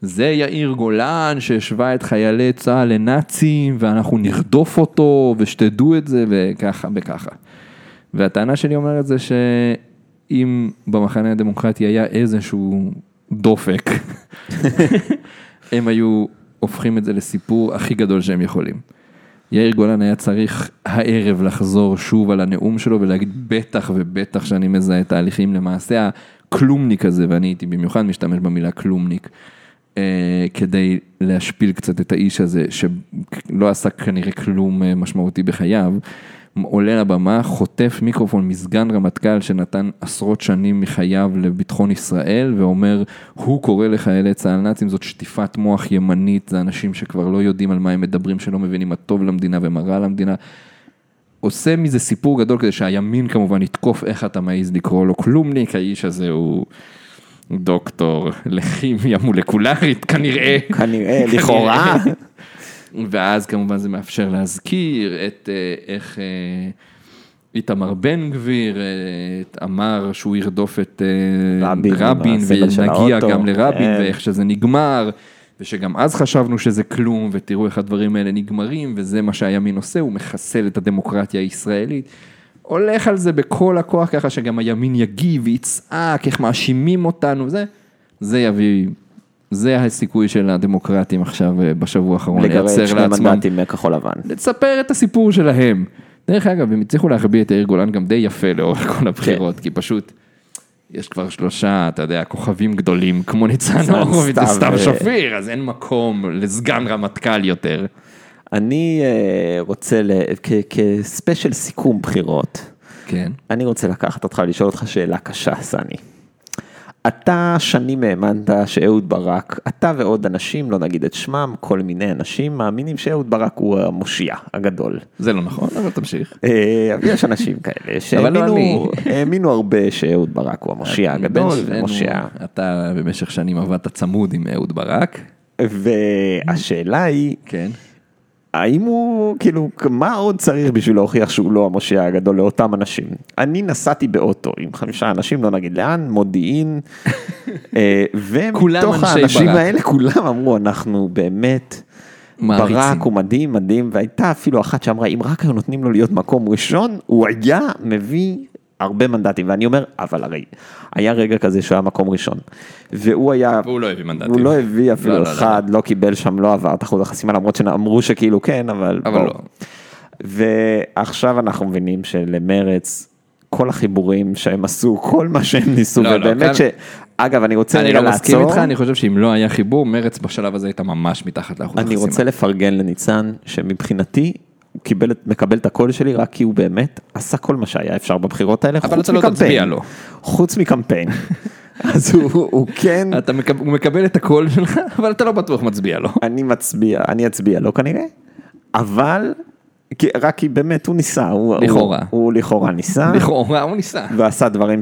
זה יאיר גולן שהשווה את חיילי צה"ל לנאצים, ואנחנו נרדוף אותו, ושתדעו את זה, וככה וככה. והטענה שלי אומרת זה שאם במחנה הדמוקרטי היה איזשהו <laughs> דופק, הם היו הופכים את זה לסיפור הכי גדול שהם יכולים. יאיר גולן היה צריך הערב לחזור שוב על הנאום שלו ולהגיד בטח ובטח שאני מזהה תהליכים למעשה הכלומניק הזה, ואני הייתי במיוחד משתמש במילה כלומניק, אה, כדי להשפיל קצת את האיש הזה שלא עשה כנראה כלום אה, משמעותי בחייו, עולה לבמה, חוטף מיקרופון מסגן רמטכ"ל שנתן עשרות שנים מחייו לביטחון ישראל ואומר, הוא קורא לחיילי צה"ל נאצים, זאת שטיפת מוח ימנית, זה אנשים שכבר לא יודעים על מה הם מדברים, שלא מבינים מה טוב למדינה ומה רע למדינה. עושה מזה סיפור גדול כדי שהימין כמובן יתקוף איך אתה מעז לקרוא לו כלומניק, האיש הזה הוא דוקטור לכימיה מולקולרית כנראה. כנראה, <laughs> לכאורה. ואז כמובן זה מאפשר להזכיר את אה, איך אה, איתמר בן גביר אה, אמר שהוא ירדוף את אה, רבין, רבין הסמל של ונגיע האוטו. גם לרבין כן. ואיך שזה נגמר. ושגם אז חשבנו שזה כלום, ותראו איך הדברים האלה נגמרים, וזה מה שהימין עושה, הוא מחסל את הדמוקרטיה הישראלית. הולך על זה בכל הכוח, ככה שגם הימין יגיב ויצעק, איך מאשימים אותנו, זה, זה יביא, זה הסיכוי של הדמוקרטים עכשיו אה, בשבוע האחרון, לגרד לייצר שני לעצמם מנדטים מכחול לבן. לספר את הסיפור שלהם. דרך אגב, הם הצליחו להחביא את יאיר גולן גם די יפה לאורך כל הבחירות, כי פשוט, יש כבר שלושה, אתה יודע, כוכבים גדולים, כמו ניצן ניצן הורוביץ וסתיו סתיו, אה, שפיר, אז אין מקום לסגן רמטכ"ל יותר. אני אה, רוצה, ל- כ- כספיישל סיכום בחירות, כן. אני רוצה לקחת אותך לשאול אותך שאלה קשה, סני. אתה שנים האמנת שאהוד ברק, אתה ועוד אנשים, לא נגיד את שמם, כל מיני אנשים, מאמינים שאהוד ברק הוא המושיע הגדול. זה לא נכון, אבל תמשיך. אה, יש אנשים כאלה אבל לא אה, שהאמינו האמינו הרבה שאהוד ברק הוא המושיע הגדול, בין שנינו, מושיע. אתה במשך שנים עבדת צמוד עם אהוד ברק. והשאלה היא, כן. האם הוא, כאילו, מה עוד צריך בשביל להוכיח שהוא לא המושיע הגדול לאותם אנשים? אני נסעתי באוטו עם חמישה אנשים, לא נגיד לאן, מודיעין, אה, כולם ומתוך אנשי האנשים ברק. האלה כולם אמרו, אנחנו באמת, מעריצים." ברק הוא מדהים, מדהים, והייתה אפילו אחת שאמרה, אם רק היו נותנים לו להיות מקום ראשון, הוא היה מביא... הרבה מנדטים ואני אומר אבל הרי היה רגע כזה שהוא היה מקום ראשון והוא היה והוא לא הביא מנדטים. הוא לא הביא לא, אפילו לא, לא. אחד, לא קיבל שם, לא עבר את אחוז החסימה, למרות שאמרו שכאילו כן, אבל... אבל בוא. לא. ועכשיו אנחנו מבינים שלמרץ, כל החיבורים שהם עשו, כל מה שהם ניסו, לא, לא, כאן- ובאמת ש... אגב, אני רוצה אני רגע לא מסכים לעצור, איתך, אני חושב שאם לא היה חיבור, מרץ בשלב הזה הייתה ממש מתחת לאחוז אני החסימה. רוצה לפרגן לניצן, שמבחינתי... הוא קיבל, את- מקבל את הקול שלי רק כי הוא באמת עשה כל מה שהיה אפשר בבחירות האלה, אבל חוץ אתה לא מקמפיין. תצביע לו. חוץ <laughs> מקמפיין. אז הוא, הוא כן, אתה מקב... הוא מקבל את הקול שלך, אבל אתה לא בטוח מצביע לו. אני מצביע, אני אצביע לו כנראה, אבל כי, רק כי באמת הוא ניסה, הוא, לכאורה. הוא, הוא לכאורה ניסה, <laughs> לכאורה הוא ניסה. ועשה דברים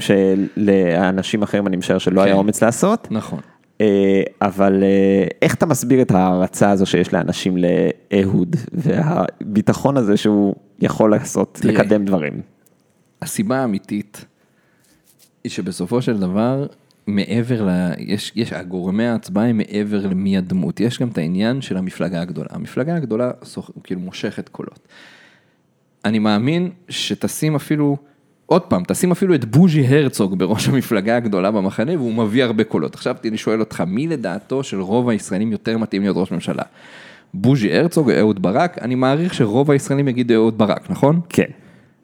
שלאנשים אחרים אני משער שלא כן. היה אומץ לעשות, נכון. אה, אבל אה, איך אתה מסביר את ההערצה הזו שיש לאנשים לאהוד, והביטחון הזה שהוא יכול לעשות, תראה. לקדם דברים? הסיבה האמיתית היא שבסופו של דבר, מעבר ל... יש, יש, גורמי ההצבעה הם מעבר למי הדמות. יש גם את העניין של המפלגה הגדולה. המפלגה הגדולה סוח, כאילו מושכת קולות. אני מאמין שתשים אפילו, עוד פעם, תשים אפילו את בוז'י הרצוג בראש המפלגה הגדולה במחנה, והוא מביא הרבה קולות. עכשיו אני שואל אותך, מי לדעתו של רוב הישראלים יותר מתאים להיות ראש ממשלה? בוז'י הרצוג או אהוד ברק, אני מעריך שרוב הישראלים יגידו אהוד ברק, נכון? כן.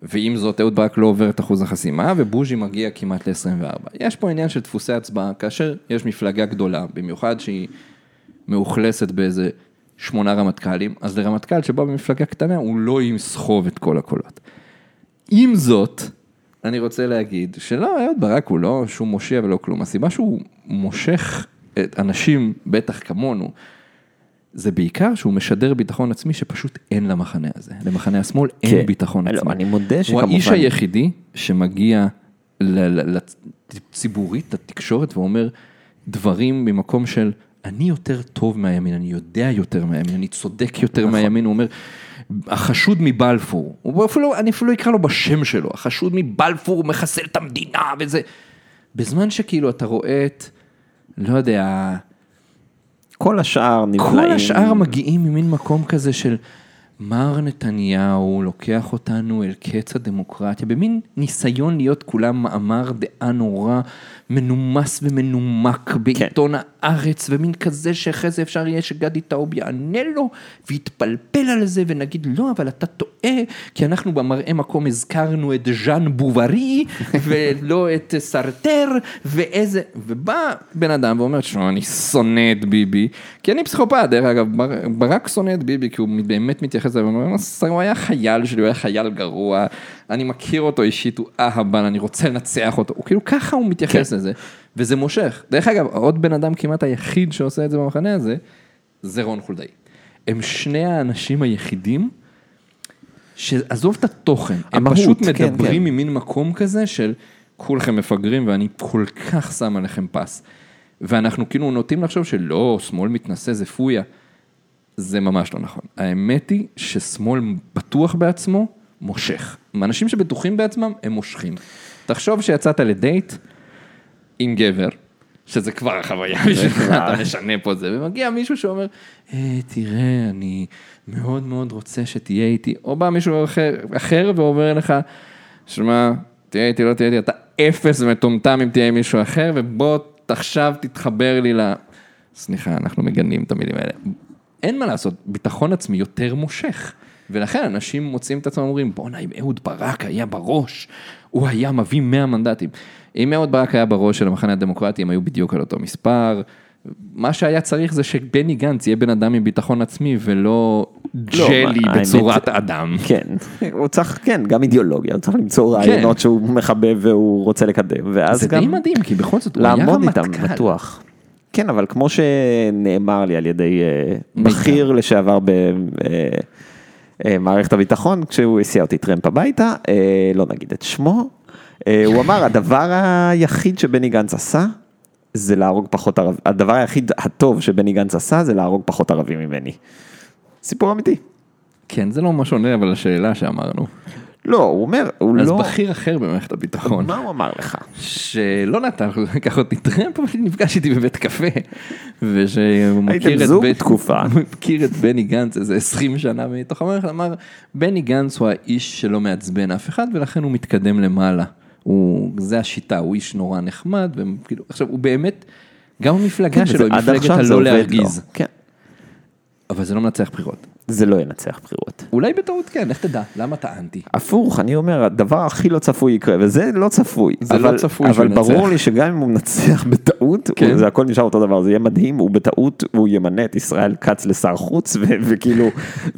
ועם זאת, אהוד ברק לא עובר את אחוז החסימה, ובוז'י מגיע כמעט ל-24. יש פה עניין של דפוסי הצבעה, כאשר יש מפלגה גדולה, במיוחד שהיא מאוכלסת באיזה שמונה רמטכ"לים, אז לרמטכ"ל שבא במפלגה קטנה, הוא לא יסחוב את כל הקולות. עם זאת, אני רוצה להגיד שלא, אהוד ברק הוא לא שהוא מושיע ולא כלום. הסיבה שהוא מושך את אנשים, בטח כמונו, זה בעיקר שהוא משדר ביטחון עצמי שפשוט אין למחנה הזה. למחנה השמאל כן. אין כן. ביטחון לא, עצמי. אני מודה שכמובן- הוא האיש היחידי שמגיע ל- ל- לציבורית, לתקשורת, ואומר דברים ממקום של, אני יותר טוב מהימין, אני יודע יותר מהימין, אני צודק יותר נכון. מהימין, הוא אומר, החשוד מבלפור, הוא אפילו, אני אפילו אקרא לו בשם שלו, החשוד מבלפור מחסל את המדינה וזה. בזמן שכאילו אתה רואה את, לא יודע, כל השאר נפלאים. כל השאר מגיעים ממין מקום כזה של מר נתניהו לוקח אותנו אל קץ הדמוקרטיה, במין ניסיון להיות כולם מאמר דעה נורא מנומס ומנומק בעיתון הארץ, ומין כזה שאחרי זה אפשר יהיה שגדי טאוב יענה לו ויתפלפל על זה ונגיד לא, אבל אתה טועה, כי אנחנו במראה מקום הזכרנו את ז'אן בוברי ולא את סרטר ואיזה, ובא בן אדם ואומר, תשמע, אני שונא את ביבי, כי אני פסיכופת, דרך אגב, בר- ברק שונא את ביבי כי הוא באמת מתייחס אליו, ואומר, "אז הוא היה חייל שלי, הוא היה חייל גרוע, אני מכיר אותו אישית, הוא אהבל, אני רוצה לנצח אותו, הוא כאילו ככה הוא מתייחס לזה, וזה מושך. דרך אגב, עוד בן אדם כמעט היחיד שעושה את זה במחנה הזה, זה רון חולדאי. הם שני האנשים היחידים, שעזוב את התוכן, הם המהות, פשוט כן, מדברים כן. ממין מקום כזה של כולכם מפגרים ואני כל כך שם עליכם פס. ואנחנו כאילו נוטים לחשוב שלא, שמאל מתנשא זה פויה. זה ממש לא נכון. האמת היא ששמאל בטוח בעצמו, מושך. אנשים שבטוחים בעצמם, הם מושכים. תחשוב שיצאת לדייט עם גבר, שזה כבר החוויה בשבילך, אתה משנה פה זה, ומגיע מישהו שאומר, "אה, תראה, אני מאוד מאוד רוצה שתהיה איתי, או בא מישהו אחר, אחר ואומר לך, שמע, תהיה איתי, לא תהיה איתי, אתה אפס מטומטם אם תהיה עם מישהו אחר, ובוא עכשיו תתחבר לי ל... סליחה, אנחנו מגנים את המילים האלה. אין מה לעשות, ביטחון עצמי יותר מושך. ולכן אנשים מוצאים את עצמם אומרים, בואנה, אם אהוד ברק היה בראש, הוא היה מביא 100 מנדטים. אם אהוד ברק היה בראש של המחנה הדמוקרטי, הם היו בדיוק על אותו מספר. מה שהיה צריך זה שבני גנץ יהיה בן אדם עם ביטחון עצמי ולא ג'לי לא, האמת- בצורת אדם. כן. כן, הוא צריך, כן, גם אידיאולוגיה, הוא צריך למצוא רעיונות שהוא מחבב והוא רוצה לקדם, ואז זה גם... די מדהים, כי בכל זאת הוא היה לעמוד איתם, רמטכ"ל. בטוח. כן, אבל כמו שנאמר לי על ידי אה, בכיר לשעבר במערכת הביטחון, כשהוא הסיע אותי טרמפ הביתה, אה, לא נגיד את שמו, אה, הוא אמר, הדבר היחיד שבני גנץ עשה, זה להרוג פחות ערבים, הדבר היחיד הטוב שבני גנץ עשה, זה להרוג פחות ערבים ממני. סיפור אמיתי. כן, זה לא ממש עונה אבל לשאלה שאמרנו. לא, הוא אומר, הוא אז כן, לא... בכיר אחר במערכת הביטחון. מה הוא אמר לך? שלא נתן לו לקח אותי טרמפ, אבל נפגש איתי בבית קפה. ושהוא הייתם מכיר את זוג בן- תקופה. הוא <laughs> מכיר את בני גנץ איזה 20 שנה מתוך המערכת, אמר, בני גנץ הוא האיש שלא מעצבן אף אחד, ולכן הוא מתקדם למעלה. הוא, זה השיטה, הוא איש נורא נחמד, וכאילו, עכשיו, הוא באמת, גם המפלגה שלו היא עד לא, מפלגת עכשיו כן, זה הלא עובד לו. להרגיז, כן. אבל זה לא מנצח בחירות. זה לא ינצח בחירות. אולי בטעות כן, איך תדע, למה טענתי? הפוך, אני אומר, הדבר הכי לא צפוי יקרה, וזה לא צפוי. זה אבל, לא צפוי שהוא אבל ינצח. ברור לי שגם אם הוא מנצח בטעות, כן. כן. זה הכל נשאר אותו דבר, זה יהיה מדהים, הוא בטעות, הוא ימנה את ישראל כץ לשר חוץ, ו- וכאילו,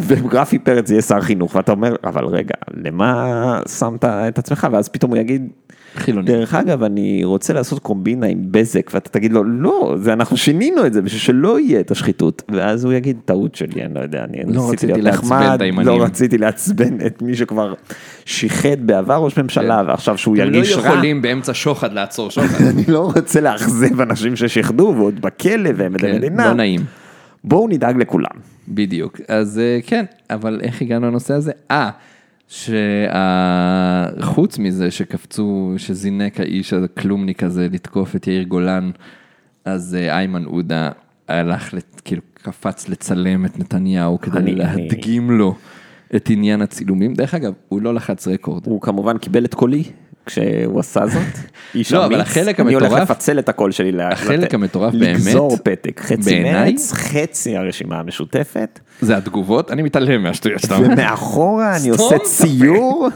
ורפי פרץ יהיה שר חינוך, ואתה אומר, אבל רגע, למה שמת את עצמך? ואז פתאום הוא יגיד, חילוני. דרך אגב, אני רוצה לעשות קומבינה עם בזק, ואתה תגיד לו, לא, זה אנחנו שינינו את זה בשביל שלא יהיה את השחיתות. ואז הוא יגיד, טעות שלי, אני לא יודע, אני רציתי ניסיתי להיות לעצבן את נחמד, הימנים." לא רציתי לעצבן את מי שכבר שיחד בעבר ראש ממשלה, ועכשיו שהוא הם לא ירגיש רע, יכולים באמצע שוחד לעצור שוחד. <laughs> אני לא רוצה לאכזב אנשים ששיחדו ועוד בכלא והם עדי כן, מדינה. לא נעים. בואו נדאג לכולם. בדיוק, אז אה, כן, אבל איך הגענו לנושא הזה? אה, שחוץ מזה שקפצו, שזינק האיש הכלומניק הזה לתקוף את יאיר גולן, אז אה, איימן עודה הלך, לת- כאילו קפץ לצלם את נתניהו כדי אני- להדגים לו את עניין הצילומים. דרך אגב, הוא לא לחץ רקורד. הוא כמובן קיבל את קולי, כשהוא עשה זאת? <laughs> איש לא, אבל אמיץ. החלק אני הולך המטורף- לפצל את הקול שלי. ל- החלק לת- המטורף לגזור באמת, פתק, חצי בעיניי- מרץ, חצי הרשימה המשותפת, זה התגובות, אני מתעלם מהשטויות שאתה אומר. ומאחורה אני סתום עושה את הפה. ציור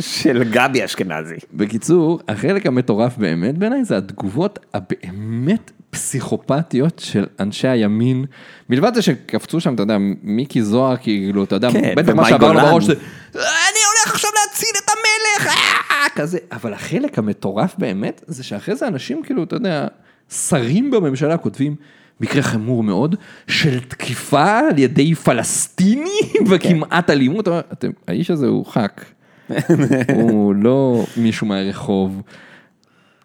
של גבי אשכנזי. בקיצור, החלק המטורף באמת בעיניי זה התגובות הבאמת פסיכופתיות של אנשי הימין. מלבד זה שקפצו שם, אתה יודע, מיקי זוהר, כאילו, אתה יודע, כן, בטח מה ומאי שעבר לו גולן. בראש זה, אני הולך עכשיו להציל את המלך, אה, כזה, אבל החלק המטורף באמת, זה שאחרי זה אנשים, כאילו, אתה יודע, שרים בממשלה כותבים. מקרה חמור מאוד של תקיפה על ידי פלסטיני כן. וכמעט אלימות. אתה אומר, "אתם- האיש הזה הוא ח"כ. הוא לא מישהו מהרחוב.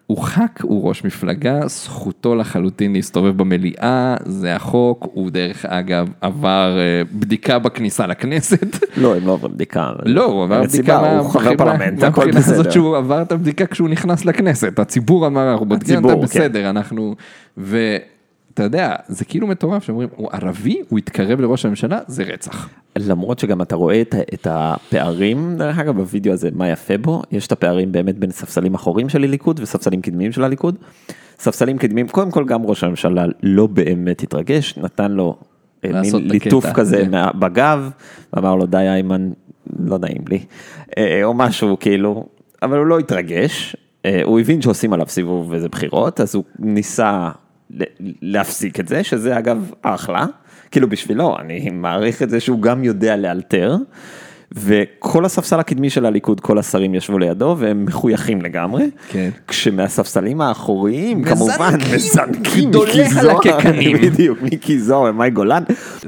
הוא ח"כ, הוא ראש מפלגה, זכותו לחלוטין להסתובב במליאה, זה החוק, הוא דרך אגב עבר אה, בדיקה בכניסה לכנסת. <laughs> לא, הם לא עוברים בדיקה. אבל- לא, הוא עבר אין בדיקה סיבה, הוא חבר מהבחינה- פרלמנט, הכל מהבחינה בסדר. הזאת שהוא עבר את הבדיקה כשהוא נכנס לכנסת, הציבור אמר, אנחנו בודקים אותה הציבור, כן. בסדר, אנחנו... ואתה יודע, זה כאילו מטורף שאומרים, הוא ערבי, הוא התקרב לראש הממשלה, זה רצח. למרות שגם אתה רואה את, ה- את הפערים, דרך אגב בווידאו הזה מה יפה בו, יש את הפערים באמת בין ספסלים אחוריים של הליכוד וספסלים קדמיים של הליכוד. ספסלים קדמיים, קודם כל גם ראש הממשלה לא באמת התרגש, נתן לו אה, לעשות מין את ליטוף הקטע, כזה כן. מה- בגב, ואמר לו די איימן, לא נעים לי, אה, או משהו כאילו, אבל הוא לא התרגש, אה, הוא הבין שעושים עליו סיבוב וזה בחירות, אז הוא ניסה ל- להפסיק את זה, שזה אגב אחלה, כאילו בשבילו, אני מעריך את זה שהוא גם יודע לאלתר. וכל הספסל הקדמי של הליכוד, כל השרים ישבו לידו והם מחויכים לגמרי. כן. כשמהספסלים האחוריים, כמובן, מזנקים, דולה מיקי על זוהר, הקקנים. <laughs> בדיוק, מיקי זוהר ומאי גולן,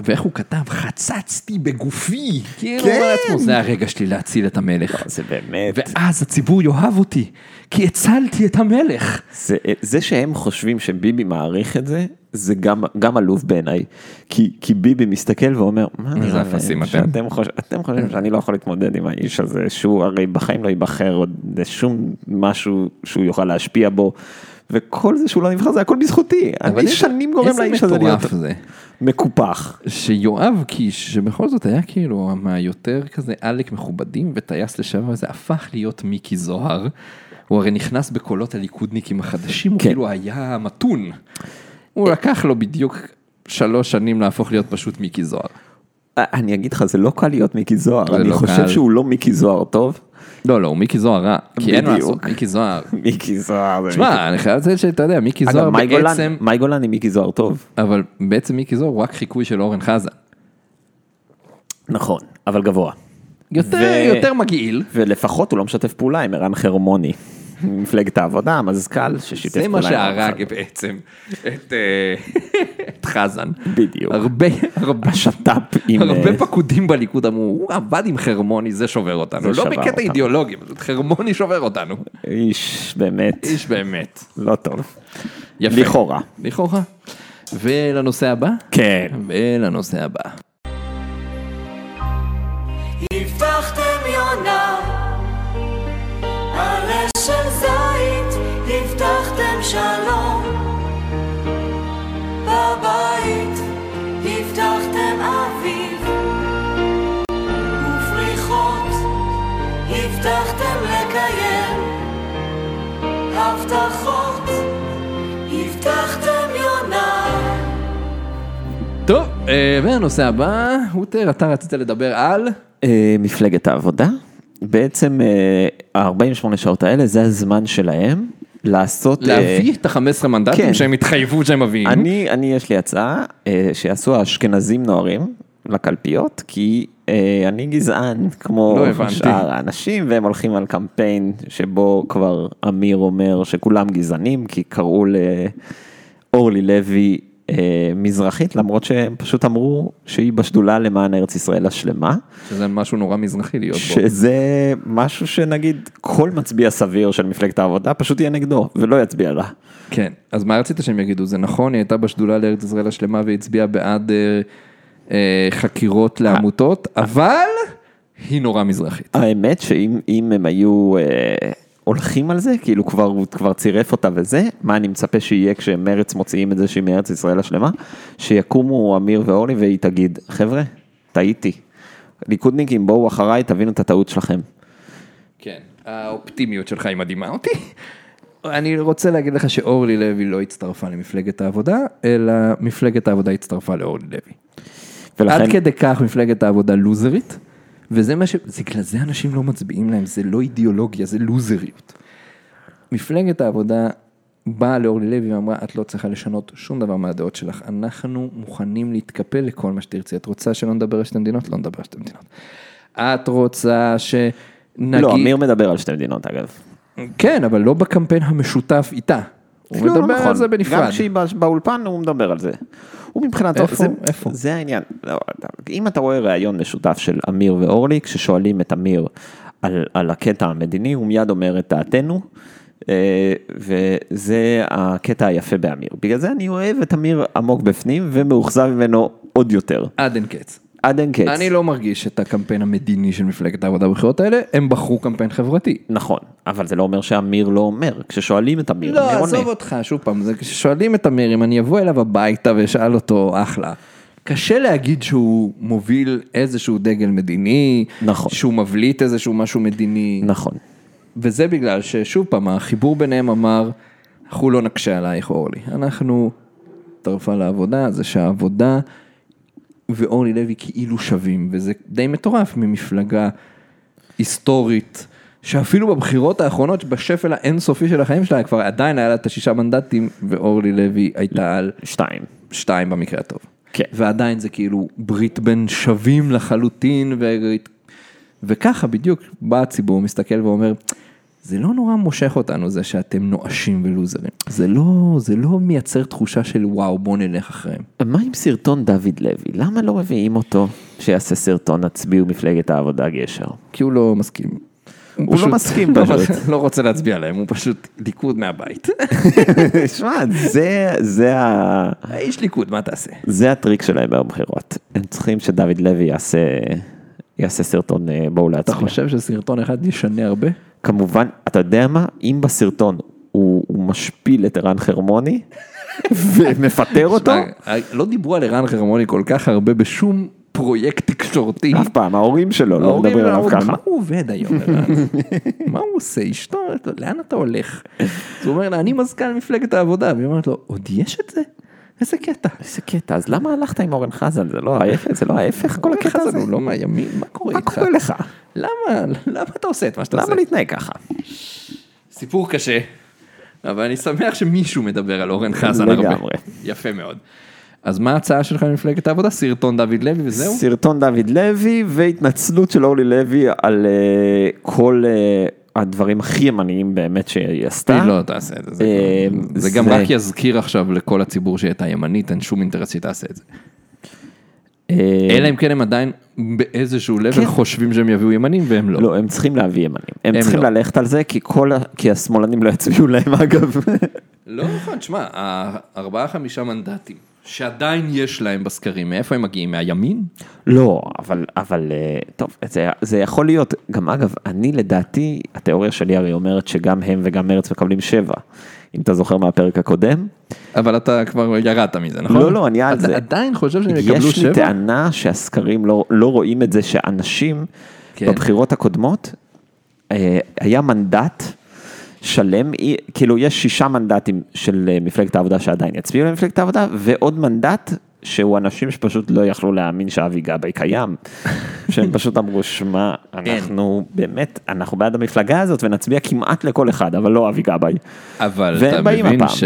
ואיך הוא כתב, חצצתי בגופי, כאילו כן. הוא אומר לעצמו, זה הרגע שלי להציל את המלך. זה באמת, ואז הציבור יאהב אותי, כי הצלתי את המלך. זה, אה, זה שהם חושבים שביבי מעריך את זה, זה גם, גם עלוב בעיניי. כי, כי ביבי מסתכל ואומר, מה נראה אפסים להם אתם?" שאתם חוש... אתם חושבים שאני לא יכול להתמודד עם האיש הזה, שהוא הרי בחיים לא ייבחר עוד לשום משהו שהוא יוכל להשפיע בו. וכל זה שהוא לא נבחר זה הכל בזכותי, אני איזה- שנים גורם איזה לאיש הזה להיות מטורף זה. מקופח. שיואב קיש, שבכל זאת היה כאילו מהיותר כזה עלק מכובדים וטייס לשעבר, זה הפך להיות מיקי זוהר. הוא הרי נכנס בקולות הליכודניקים החדשים, הוא כן. כאילו היה מתון. הוא לקח לו בדיוק שלוש שנים להפוך להיות פשוט מיקי זוהר. אני אגיד לך, זה לא קל להיות מיקי זוהר, זה אני לא חושב קל. שהוא לא מיקי זוהר טוב. <laughs> לא, לא, הוא מיקי זוהר רע, כי אין מה בדיוק. לעשות, מיקי זוהר. מיקי זוהר זה מיקי- שמע, אני חייב לציין שאתה יודע, מיקי אגב, זוהר מאי בעצם... גולן- מאי גולן היא מיקי זוהר טוב. אבל בעצם מיקי זוהר הוא רק חיקוי של אורן חזן. נכון, אבל גבוה. יותר, ו- יותר מגעיל. ולפחות הוא לא משתף פעולה עם ערן חרמוני, מפלגת העבודה, המזכ"ל ששיתף זה פעולה. מה עם ערן שהרג חרמוני. בעצם את, אה, את חזן. בדיוק. הרבה, הרבה, השת"פ עם... אה, הרבה פקודים בליכוד אמרו, הוא עבד עם חרמוני, זה שובר אותנו. זה לא שבר בקטע אותנו. אידיאולוגי, פשוט חרמוני שובר אותנו. איש באמת איש באמת. לא טוב. יפה. לכאורה. לכאורה. ולנושא הבא? כן. ולנושא הבא. הבטחתם יונה, עלה של זית, הבטחתם שלום. בבית, הבטחתם אביב, ופריחות, הבטחתם לקיים. הבטחות, הבטחתם יונה. טוב, אה, והנושא הבא, הוטר, אתה רצית לדבר על? אה, מפלגת העבודה, בעצם אה, ה-48 שעות האלה זה הזמן שלהם לעשות... אה, להביא את ה-15 מנדטים כן. שהם התחייבו שהם מביאים. אני, אני יש לי הצעה אה, שיעשו האשכנזים נוערים לקלפיות, כי אה, אני גזען כמו לא הבנתי. שאר האנשים, והם הולכים על קמפיין שבו כבר אמיר אומר שכולם גזענים, כי קראו לאורלי לוי אה, מזרחית, למרות שהם פשוט אמרו שהיא בשדולה למען ארץ ישראל השלמה. שזה משהו נורא מזרחי להיות בו. שזה משהו שנגיד כל מצביע סביר של מפלגת העבודה פשוט יהיה נגדו ולא יצביע לה. כן, אז מה רצית שהם יגידו? זה נכון, היא הייתה בשדולה לארץ ישראל השלמה והצביעה בעד אה, אה, חקירות לעמותות, אבל היא נורא מזרחית. האמת שאם אם הם היו אה, הולכים על זה, כאילו כבר, הוא כבר צירף אותה וזה, מה אני מצפה שיהיה כשמרץ מוציאים את זה שהיא מארץ ישראל השלמה? שיקומו אמיר ואורלי והיא תגיד, חבר'ה, טעיתי. ליכודניקים בואו אחריי, תבינו את הטעות שלכם. כן. האופטימיות שלך היא מדהימה אותי. אני רוצה להגיד לך שאורלי לוי לא הצטרפה למפלגת העבודה, אלא מפלגת העבודה הצטרפה לאורלי לוי. ולכן, עד כדי כך מפלגת העבודה לוזרית, וזה מה ש... זה בגלל זה אנשים לא מצביעים להם, זה לא אידיאולוגיה, זה לוזריות. מפלגת העבודה באה לאורלי לוי ואמרה, את לא צריכה לשנות שום דבר מהדעות שלך, אנחנו מוכנים להתקפל לכל מה שתרצי. את רוצה שלא נדבר על שתי מדינות? לא נדבר על שתי מדינות. את רוצה שנגיד... לא, אמיר מדבר על שתי מדינות אגב. כן, אבל לא בקמפיין המשותף איתה. כאילו, הוא לא, לא מדבר נכון. על זה גם בנפרד. כשהיא בא- באולפן הוא מדבר על זה. הוא מבחינת... איפה? זה, איפה? זה העניין. לא, אם אתה רואה ראיון משותף של אמיר ואורלי, כששואלים את אמיר על, על הקטע המדיני, הוא מיד אומר את דעתנו. אה, וזה הקטע היפה באמיר. בגלל זה אני אוהב את אמיר עמוק בפנים ומאוכזב ממנו עוד יותר. עד אין קץ. עד אין קץ. אני לא מרגיש את הקמפיין המדיני של מפלגת העבודה בבחירות האלה, הם בחרו קמפיין חברתי. נכון, אבל זה לא אומר שאמיר לא אומר. כששואלים את אמיר, לא, אמיר עונה. עזוב אותך, שוב פעם, זה כששואלים את אמיר אם אני אבוא אליו הביתה ואשאל אותו, אחלה. קשה להגיד שהוא מוביל איזשהו דגל מדיני, נכון. שהוא מבליט איזשהו משהו מדיני, נכון. וזה בגלל ששוב פעם, החיבור ביניהם אמר, אנחנו לא נקשה עלייך אורלי, אנחנו טרפה לעבודה, זה שהעבודה ואורלי לוי כאילו שווים, וזה די מטורף ממפלגה היסטורית, שאפילו בבחירות האחרונות, בשפל האינסופי של החיים שלה, כבר עדיין היה לה את השישה מנדטים, ואורלי לוי הייתה על שתיים. שתיים במקרה הטוב. כן. ועדיין זה כאילו ברית בין שווים לחלוטין, ו... וככה בדיוק בא הציבור, מסתכל ואומר, זה לא נורא מושך אותנו זה שאתם נואשים ולוזרים, זה לא, זה לא מייצר תחושה של וואו בוא נלך אחריהם. מה עם סרטון דוד לוי? למה לא מביאים אותו שיעשה סרטון הצביעו מפלגת העבודה גשר? כי הוא לא מסכים. הוא לא מסכים, לא, פשוט. רוצה- לא רוצה להצביע להם, הוא פשוט ליכוד <laughs> מהבית. <laughs> שמע, זה, זה, ה- האיש ליכוד, מה תעשה? זה הטריק שלהם בבחירות. הם צריכים שדוד לוי יעשה, יעשה סרטון אה, בואו אתה להצביע. חושב שסרטון אחד ישנה הרבה? כמובן, אתה יודע מה? אם בסרטון הוא, הוא משפיל את ערן חרמוני <laughs> ומפטר אותו, אה, לא דיברו על ערן חרמוני כל כך הרבה בשום פרויקט תקשורתי. אף פעם, ההורים שלו לא ההורים מדברים לא עליו אמרו, ככה. מה הוא עובד <laughs> היום? ערן? מה הוא עושה? אשתו, אומרת לו, לאן אתה הולך? אז הוא אומר לה, אני מזכ"ל מפלגת העבודה, והיא אומרת לו, עוד יש את זה? איזה קטע. איזה קטע, אז למה הלכת עם אורן חזן? זה לא ההפך, זה לא ההפך כל הקטע הזה? הוא לא מהימין, מה קורה מה איתך? קורה לך? למה, למה אתה עושה את מה שאתה עושה? למה להתנהג ככה? סיפור קשה, אבל אני שמח שמישהו מדבר על אורן חזן הרבה. לגמרי. יפה מאוד. אז מה ההצעה שלך למפלגת העבודה? סרטון דוד לוי וזהו? סרטון דוד לוי והתנצלות של אורלי לוי על אה, כל אה, הדברים הכי ימניים באמת שהיא עשתה. היא לא תעשה את זה, זה. אה, זה גם זה- רק יזכיר עכשיו לכל הציבור שהיא הייתה ימנית, אין שום אינטרס שהיא תעשה את זה. אה, אלא אם כן הם עדיין באיזשהו לבל כן. חושבים שהם יביאו ימנים והם לא. לא, הם צריכים להביא ימנים. הם הם צריכים לא. ללכת על זה כי כל ה- כי השמאלנים לא יצביעו להם אגב. <laughs> לא נכון, תשמע, הארבעה חמישה מנדטים שעדיין יש להם בסקרים, מאיפה הם מגיעים? מהימין? לא, אבל, אבל, אה, טוב, זה, זה יכול להיות, גם אגב, אני לדעתי, התיאוריה שלי הרי אומרת שגם הם וגם מרץ מקבלים שבע, אם אתה זוכר מהפרק הקודם. אבל אתה כבר ירדת מזה, נכון? לא, לא, אני על זה. אתה עדיין חושב שהם יקבלו יש לי שבע? טענה שהסקרים לא, לא רואים את זה שאנשים כן. בבחירות הקודמות, אה, היה מנדט שלם, אי- כאילו יש שישה מנדטים של אה, מפלגת העבודה שעדיין יצביעו למפלגת העבודה, ועוד מנדט שהוא אנשים שפשוט לא יכלו להאמין שאבי גבאי <laughs> קיים, שהם פשוט אמרו, שמע, כן. אנחנו באמת, אנחנו בעד המפלגה הזאת ונצביע כמעט לכל אחד, אבל לא אבי גבאי. אבל והם אתה באים מבין הפעם.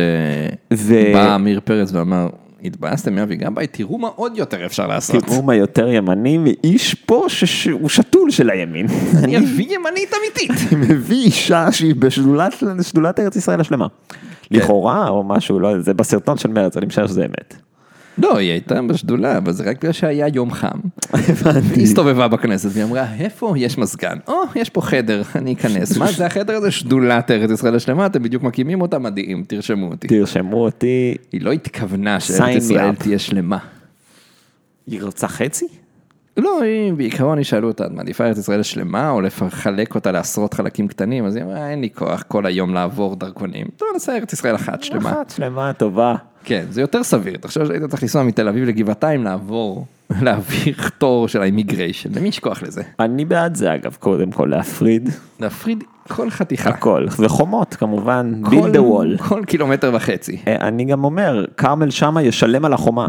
ו- שבא עמיר פרץ ואמר, התבאסתם מאבי גבאי, תראו מה עוד יותר אפשר לעשות. תראו מה יותר ימני מאיש פה שהוא שתול של הימין. אני אביא ימנית אמיתית. אני מביא אישה שהיא בשדולת שדולת ארץ ישראל השלמה. כן. לכאורה או משהו, לא, זה בסרטון של מרץ, אני משער שזה אמת. לא, היא הייתה בשדולה, אבל זה רק בגלל שהיה יום חם. היא הסתובבה בכנסת והיא אמרה, איפה יש מזגן? או, יש פה חדר, אני אכנס. מה זה החדר הזה? שדולת ארץ ישראל השלמה, אתם בדיוק מקימים אותה, מדהים, תרשמו אותי. תרשמו אותי, היא לא התכוונה כן. Sign me שארץ ישראל up. תהיה שלמה. היא רוצה חצי? לא, היא בעיקרון ישאלו אותה, את מעדיפה ארץ ישראל השלמה, או לחלק אותה לעשרות חלקים קטנים? אז היא אמרה, אין לי כוח כל היום לעבור דרכונים. טוב, נעשה ארץ ישראל אחת שלמה. אחת שלמה, טובה. כן, זה יותר סביר. תחשוב שהיית צריך לנסוע מתל אביב לגבעתיים, לעבור <laughs> להעביר תור של האימיגריישן, למי יש כוח לזה? אני בעד זה אגב, קודם כל להפריד להפריד כל חתיכה. הכל, וחומות כמובן, כל- build the wall. כל קילומטר וחצי. אה, אני גם אומר, כרמל שאמה ישלם על החומה.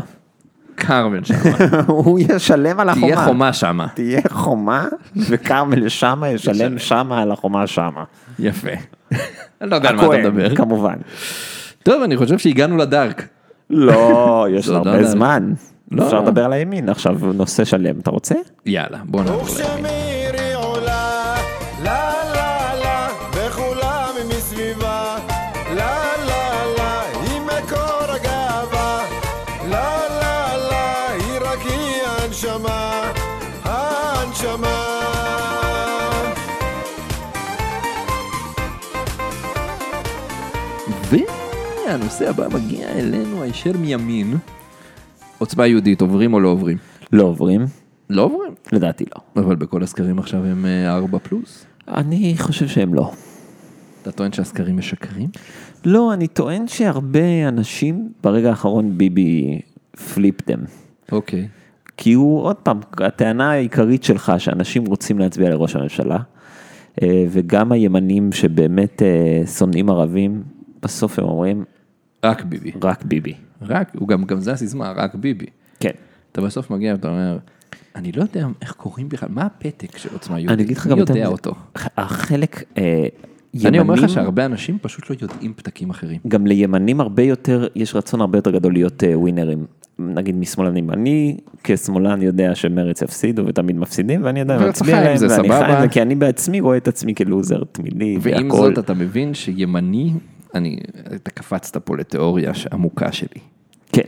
כרמל שמה. <laughs> הוא ישלם על החומה. תהיה חומה שמה. תהיה חומה, וכרמל שאמה ישלם שמה על החומה שמה. <laughs> יפה. אני לא יודע על מה אתה מדבר. כמובן. טוב, אני חושב שהגענו לדארק. <laughs> לא, יש זה לו לא- הרבה זמן. לא. אפשר לדבר על הימין עכשיו, נושא שלם, אתה רוצה? יאללה, בוא נעבור לימין. וכשמירי עולה, לה לה לה, וכולם מסביבה, לה לה לה, היא מקור הגאווה, לה לה לה, היא רק היא הנשמה, הנשמה. והנושא הבא מגיע אלינו הישר מימין. עוצמה יהודית, עוברים או לא עוברים? לא עוברים, לא עוברים. לדעתי לא. אבל בכל הסקרים עכשיו הם 4 פלוס. אני חושב שהם לא. אתה טוען שהסקרים משקרים? לא, אני טוען שהרבה אנשים, ברגע האחרון ביבי פליפתם. אוקיי. כי הוא, עוד פעם, הטענה העיקרית שלך שאנשים רוצים להצביע לראש הממשלה, אה, וגם הימנים שבאמת אה, שונאים ערבים, בסוף הם אומרים, רק ביבי. רק ביבי. רק, הוא גם, גם זה הסיסמה, רק ביבי. כן. אתה בסוף מגיע ואתה אומר, אני לא יודע איך קוראים בכלל, מה הפתק של עוצמה יהודית? אני אגיד לך מי גם יותר יודע מזה. אותו. ח- החלק אה, ימנים, אני אומר לך שהרבה אנשים פשוט לא יודעים פתקים אחרים. גם לימנים הרבה יותר, יש רצון הרבה יותר גדול להיות אה, ווינרים. נגיד משמאלנים, אני כשמאלן יודע שמרץ יפסידו ותמיד מפסידים ואני עדיין ואתה חי מצביע עם להם זה, ואני סבבה. חי עם זה כי אני בעצמי רואה את עצמי כלוזר תמידי ועם והכל. זאת אתה מבין שימני, אני, אתה קפצת פה לתיאוריה עמוקה שלי. כן.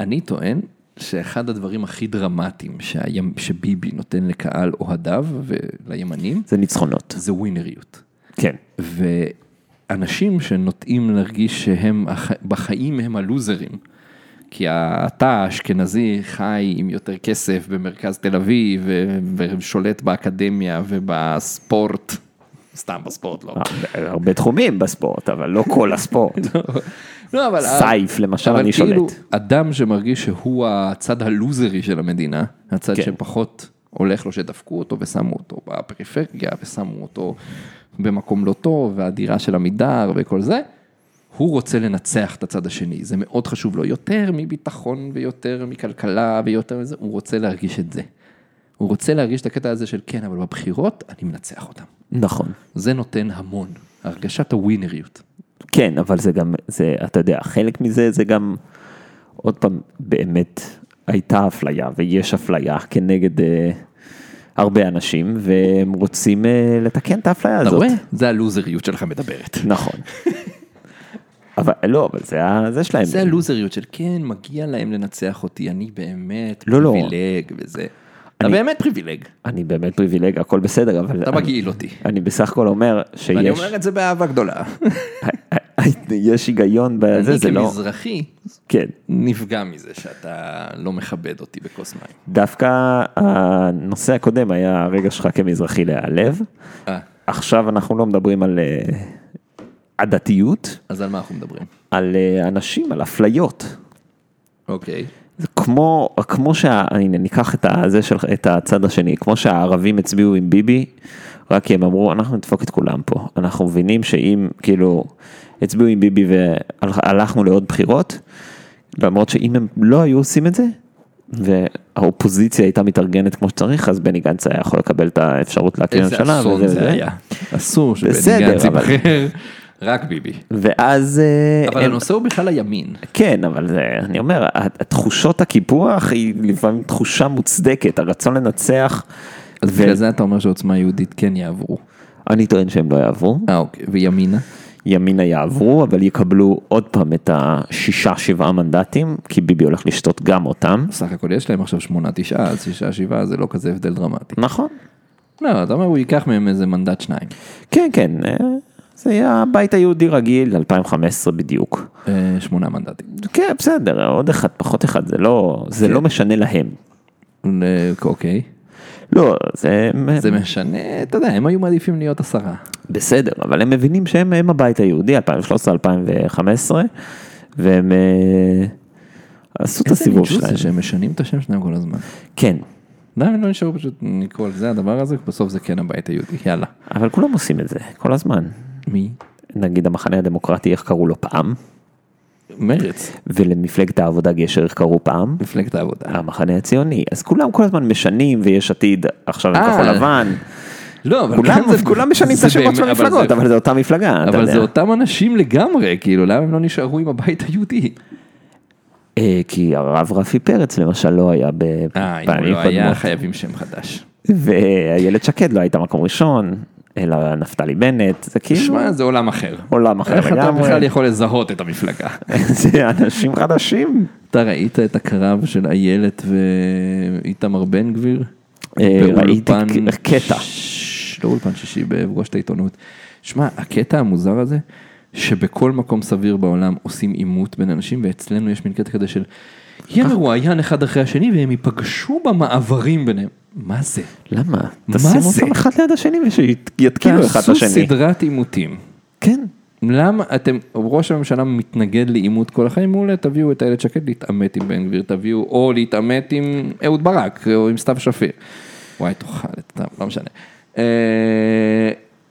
אני טוען שאחד הדברים הכי דרמטיים שהימ, שביבי נותן לקהל אוהדיו ולימנים, זה ניצחונות. זה ווינריות. כן. ואנשים שנוטים להרגיש שהם, הח- בחיים הם הלוזרים. כי אתה האשכנזי חי עם יותר כסף במרכז תל אביב ו- ושולט באקדמיה ובספורט, סתם בספורט לא. הרבה- הרבה תחומים בספורט, אבל לא כל הספורט. <laughs> לא, אבל... סייף, למשל, אבל אני כאילו, שולט. אדם שמרגיש שהוא הצד הלוזרי של המדינה, הצד כן. שפחות הולך לו, שדפקו אותו ושמו אותו בפריפריה, ושמו אותו במקום לא טוב, והדירה של עמידר וכל זה, הוא רוצה לנצח את הצד השני, זה מאוד חשוב לו, יותר מביטחון ויותר מכלכלה ויותר מזה, הוא רוצה להרגיש את זה. הוא רוצה להרגיש את הקטע הזה של כן, אבל בבחירות אני מנצח אותם. נכון. זה נותן המון, הרגשת הווינריות. כן, אבל זה גם, זה, אתה יודע, חלק מזה זה גם, עוד פעם, באמת הייתה אפליה ויש אפליה כנגד אה, הרבה אנשים, והם רוצים אה, לתקן את האפליה אתה הזאת. רואה? זה הלוזריות שלך מדברת. <laughs> נכון. אבל לא, אבל זה, ה- זה שלהם. זה הלוזריות של כן, מגיע להם לנצח אותי, אני באמת לא, לא. פריבילג וזה. אתה באמת פריבילג, אני באמת פריבילג, הכל בסדר, אבל... אתה אני- מגעיל אותי. אני בסך הכל אומר שיש... ואני אומר את זה באהבה גדולה. <laughs> יש היגיון בזה, אני זה לא... כמזרחי כן. נפגע מזה שאתה לא מכבד אותי בכוס מים. דווקא הנושא הקודם היה הרגע שלך כמזרחי להיעלב. אה, עכשיו אנחנו לא מדברים על אה, עדתיות, אז על מה אנחנו מדברים? על אה, אנשים, על אפליות. אוקיי. זה כמו, כמו שה... הנה, ניקח את, הזה של, את הצד השני, כמו שהערבים הצביעו עם ביבי, רק כי הם אמרו, אנחנו נדפוק את כולם פה. אנחנו מבינים שאם, כאילו, הצביעו עם ביבי והלכנו לעוד בחירות, למרות שאם הם לא היו עושים את זה, והאופוזיציה הייתה מתארגנת כמו שצריך, אז בני גנץ היה יכול לקבל את האפשרות להקים איזה ממשלה. אסון וזה זה וזה. היה. אסור שבני בסדר, גנץ אבל- יבחר, רק ביבי. ואז... אה, אבל הם- הנושא הוא בכלל הימין. כן, אבל זה, אני אומר, הת- התחושות הקיפוח היא לפעמים תחושה מוצדקת, הרצון לנצח, אז בגלל זה אתה אומר שעוצמה יהודית כן יעברו. אני טוען שהם לא יעברו, אה, אוקיי. וימינה? ימינה יעברו, אבל יקבלו עוד פעם את השישה, שבעה מנדטים, כי ביבי הולך לשתות גם אותם. סך הכל יש להם עכשיו שמונה, תשעה, אז שישה, שבעה, זה לא כזה הבדל דרמטי. נכון. לא, אתה אומר, הוא ייקח מהם איזה מנדט שניים. כן, כן, אה, זה יהיה הבית היהודי רגיל, 2015 בדיוק. אה, שמונה מנדטים. כן, בסדר, עוד אחד, פחות אחד, זה לא, זה כן. לא משנה להם. אה, אוקיי. לא, זה... זה משנה, אתה יודע, הם היו מעדיפים להיות עשרה. בסדר, אבל הם מבינים שהם הם הבית היהודי, 2013-2015, והם... אה, עשו את הסיבוב איזה ניג'וס שלהם. זה שהם משנים את השם שלהם כל הזמן. כן, למה הם לא נשארו פשוט נקרא על זה הדבר הזה, בסוף זה כן הבית היהודי, יאללה. אבל כולם עושים את זה, כל הזמן. מי? נגיד המחנה הדמוקרטי, איך קראו לו פעם, מרץ, ולמפלגת העבודה גשר איך קראו פעם, מפלגת העבודה. המחנה הציוני. אז כולם כל הזמן משנים, ויש עתיד, עכשיו הם אה. כחול לבן. לא, אבל כולם- כאן זה- כולם משנים את זה השמות של באמת- אבל המפלגות, זה- אבל זה אותה מפלגה, אתה אבל זה יודע. אותם אנשים לגמרי, כאילו, למה הם לא נשארו עם הבית היהודי? אה, כי הרב רפי פרץ למשל לא היה אה, אם הוא בפעמים לא היה, קודמות, חייבים שם חדש. ואיילת שקד לא הייתה מקום ראשון, אלא נפתלי בנט, זה כאילו שמע, זה עולם אחר. עולם אחר איך אתה לגמרי. בכלל יכול לזהות את המפלגה? <laughs> זה אנשים חדשים. אתה ראית את הקרב של איילת ואיתמר בן גביר? אה, ראיתי באולפן ק- קטע. ש- לא אולפן שישי, בפגוש את העיתונות. שמע, הקטע המוזר הזה, שבכל מקום סביר בעולם עושים עימות בין אנשים, ואצלנו יש מין קטע כזה של יהיה מרואיין אחד אחרי השני, והם ייפגשו במעברים ביניהם. מה זה? למה? מה תשים זה? אותם אחד ליד השני ושיתקילו כאילו אחד את תעשו השני. סדרת עימותים. כן. למה אתם, ראש הממשלה מתנגד לעימות כל החיים, מעולה, תביאו את איילת שקד להתעמת עם בן גביר, תביאו, או להתעמת עם אהוד ברק, או עם סתיו שפיר. וואי, תאכל את סתיו, לא משנה. אה,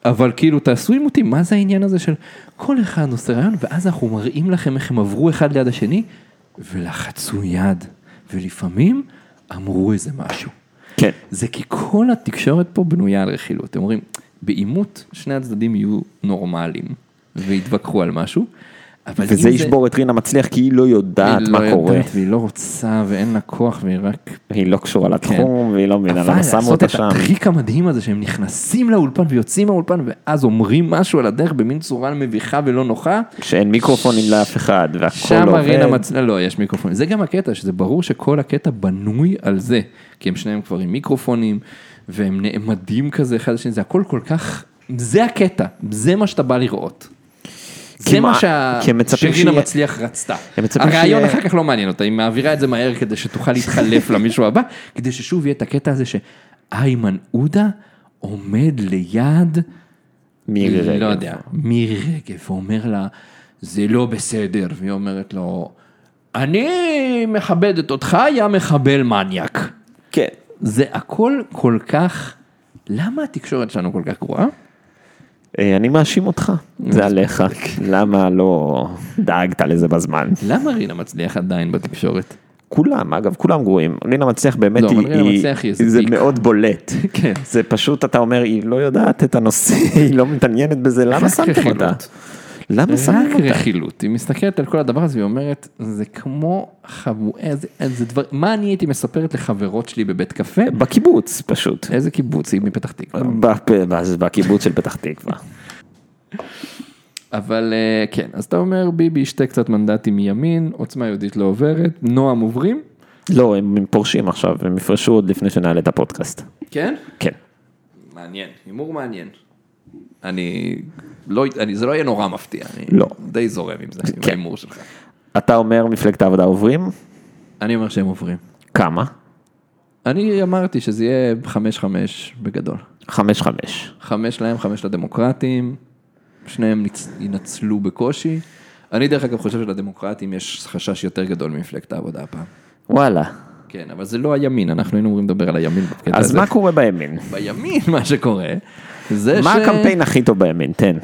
אבל כאילו, תעשו עימותים, מה זה העניין הזה של כל אחד עושה רעיון, ואז אנחנו מראים לכם איך הם עברו אחד ליד השני, ולחצו יד, ולפעמים אמרו איזה משהו. כן. זה כי כל התקשורת פה בנויה על רכילות. אתם אומרים, בעימות שני הצדדים יהיו נורמליים ויתווכחו על משהו, אבל אם וזה ישבור את רינה מצליח כי היא לא יודעת היא מה לא קורה. יודעת והיא לא רוצה ואין לה כוח והיא רק... היא לא קשורה לתחום והיא לא מבינה אבל למה שמו לעשות אותה את שם. הטריק המדהים הזה שהם נכנסים לאולפן ויוצאים מהאולפן ואז אומרים משהו על הדרך במין צורה מביכה ולא נוחה, כשאין מיקרופונים לאף אחד שם והכל מרינה עובד. מצליח, לא, יש מיקרופונים. זה גם הקטע, שזה ברור שכל הקטע בנוי על זה, כי הם שניהם כבר עם מיקרופונים, והם נעמדים כזה אחד לשני, זה הכל כל כך, זה הקטע, זה מה שאתה בא לראות. זה מה- מה כי הם מצפים שרינה שיהיה- מצליח רצתה. הם מצפים הרעיון שיהיה- אחר כך לא מעניין אותה, היא מעבירה את זה מהר כדי שתוכל להתחלף למישהו הבא, כדי ששוב יהיה את הקטע הזה שאיימן עודה עומד ליד מירי רגב. לא יודע, מירי רגב, ואומר לה, זה לא בסדר, והיא אומרת לו, אני מכבדת אותך, יא מחבל מניאק. כן. זה הכל כל כך, למה התקשורת שלנו כל כך גרועה? אה, אני מאשים אותך, זה עליך. למה לא דאגת לזה בזמן? למה רינה מצליח עדיין בתקשורת? כולם, אגב, כולם גרועים. רינה מצליח באמת לא, אבל היא, רינה היא- מצליח היא איזה זה פיק. מאוד בולט. <laughs> כן. זה פשוט, אתה אומר, היא לא יודעת את הנושא, <laughs> היא לא מתעניינת בזה, למה רק שמתם רכילות. אותה? למה רק שמתם אותה? רכילות, היא מסתכלת על כל הדבר הזה והיא אומרת, זה כמו חבואה, זה, זה דבר, מה אני הייתי מספרת לחברות שלי בבית קפה? בקיבוץ <laughs> פשוט. איזה קיבוץ, היא מפתח תקווה. בפ- ב- בקיבוץ של פתח <laughs> תקווה. אבל אה, כן, אז אתה אומר ביבי ישתה קצת מנדטים מימין, עוצמה יהודית לא עוברת, נועם עוברים, לא, הם פורשים עכשיו, הם יפרשו עוד לפני שנעלה את הפודקאסט. כן? כן. מעניין, הימור מעניין. אני, לא, אני, זה לא יהיה נורא מפתיע, אני לא. די זורם עם זה, עם כן. ההימור שלך. אתה אומר מפלגת העבודה עוברים? אני אומר שהם עוברים. כמה? אני אמרתי שזה יהיה 5-5 בגדול. חמש חמש. חמש להם, חמש לדמוקרטים, שניהם ניצ- ינצלו בקושי. אני דרך אגב חושב שלדמוקרטים יש חשש יותר גדול ממפלגת העבודה הפעם. וואלה. כן, אבל זה לא הימין, אנחנו היינו אמורים לדבר על הימין בקטע אז הזה. מה קורה בימין? בימין מה שקורה, זה מה ש... הקמפיין הכי טוב בימין? תן.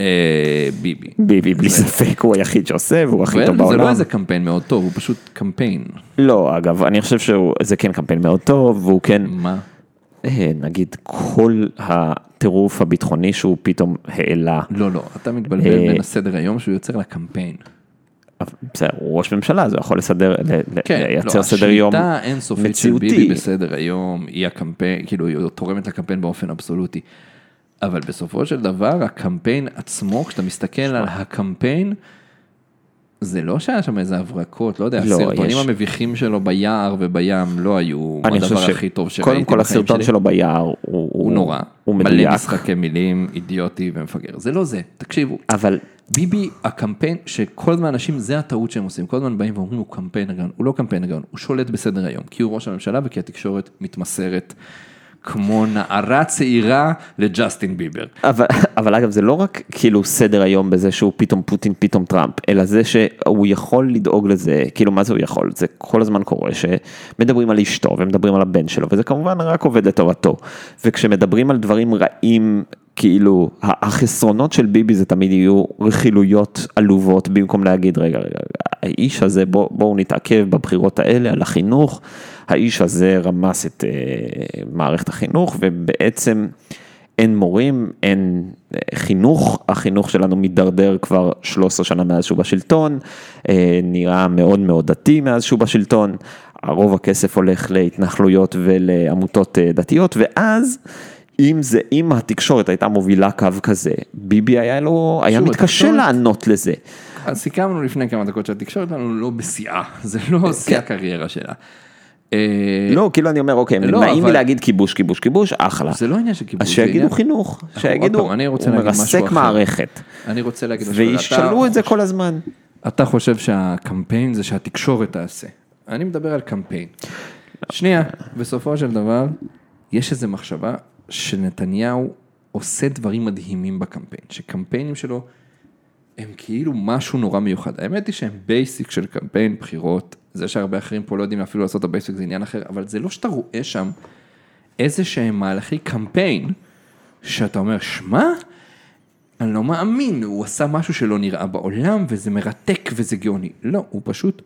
אה, ביבי. ביבי בלי ספק הוא היחיד שעושה והוא הכי טוב כן, זה בעולם. לא איזה קמפיין מאוד טוב, הוא פשוט קמפיין. לא, אגב, אני חושב שזה כן קמפיין מאוד טוב, והוא כן, מה? אה, נגיד, כל הטירוף הביטחוני שהוא פתאום העלה. לא, לא, אתה אה, מתבלבל בין הסדר היום שהוא יוצר לקמפיין. אבל בסדר, הוא ראש ממשלה, אז הוא יכול לסדר, ל- ל- כן, לייצר לא, סדר יום השליטה האינסופית של ביבי מציאותי. בסדר היום, היא הקמפיין, כאילו היא תורמת לקמפיין באופן אבסולוטי. אבל בסופו של דבר, הקמפיין עצמו, כשאתה מסתכל על הקמפיין, זה לא שהיה שם איזה הברקות, לא יודע, לא, הסרטונים יש. המביכים שלו ביער ובים לא היו אני הדבר חושב הכי טוב שראיתי שקודם בחיים כל הסרטון שלי. שלו ביער הוא- הוא נורא, הוא מלא מדויק, משחקי מילים, אידיוטי ומפגר, זה לא זה, תקשיבו, אבל ביבי הקמפיין שכל הזמן אנשים זה הטעות שהם עושים, כל הזמן באים ואומרים הוא קמפיין הגאון, הוא לא קמפיין הגאון, הוא שולט בסדר היום, כי הוא ראש הממשלה וכי התקשורת מתמסרת כמו נערה צעירה לג'סטין ביבר. אבל, אבל אגב, זה לא רק כאילו סדר היום בזה שהוא פתאום פוטין, פתאום טראמפ, אלא זה שהוא יכול לדאוג לזה, כאילו מה זה הוא יכול? זה כל הזמן קורה שמדברים על אשתו ומדברים על הבן שלו, וזה כמובן רק עובד לטובתו. וכשמדברים על דברים רעים, כאילו, ה- החסרונות של ביבי זה תמיד יהיו רכילויות עלובות, במקום להגיד, רגע, רגע, האיש הזה, בוא, בואו נתעכב בבחירות האלה על החינוך, האיש הזה רמס את אה, מערכת החינוך, ובעצם... אין מורים, אין אה, חינוך, החינוך שלנו מידרדר כבר 13 שנה מאז שהוא בשלטון, אה, נראה מאוד מאוד דתי מאז שהוא בשלטון, רוב הכסף הולך להתנחלויות ולעמותות אה, דתיות, ואז אם זה, אם התקשורת הייתה מובילה קו כזה, ביבי היה לו, היה שוב, מתקשה התקשורת- לענות לזה. אז סיכמנו לפני כמה דקות שהתקשורת שלנו לא בשיאה, זה לא שיא הקריירה שלה. אה, כן. לא, כאילו אני אומר, אוקיי, הם לא, נמנעים אבל- מלהגיד כיבוש, כיבוש, כיבוש, אחלה. זה לא עניין של כיבוש. אז זה שיגידו עניין- נכון, חינוך, עוד שיגידו, פעם, אני רוצה הוא להגיד משהו מרסק אחר. מערכת, אני רוצה להגיד משהו. וישאלו אתה- את זה כל הזמן. אתה חושב שהקמפיין זה שהתקשורת תעשה. אני מדבר על קמפיין. שנייה, בסופו של דבר, יש איזו מחשבה שנתניהו עושה דברים מדהימים בקמפיין, שקמפיינים שלו הם כאילו משהו נורא מיוחד. האמת היא שהם בייסיק של קמפיין בחירות, זה שהרבה אחרים פה לא יודעים אפילו לעשות את הבייסיק זה עניין אחר, אבל זה לא שאתה רואה שם איזה שהם מהלכי קמפיין, שאתה אומר, שמע, אני לא מאמין, הוא עשה משהו שלא נראה בעולם, וזה מרתק וזה גאוני. לא, הוא פשוט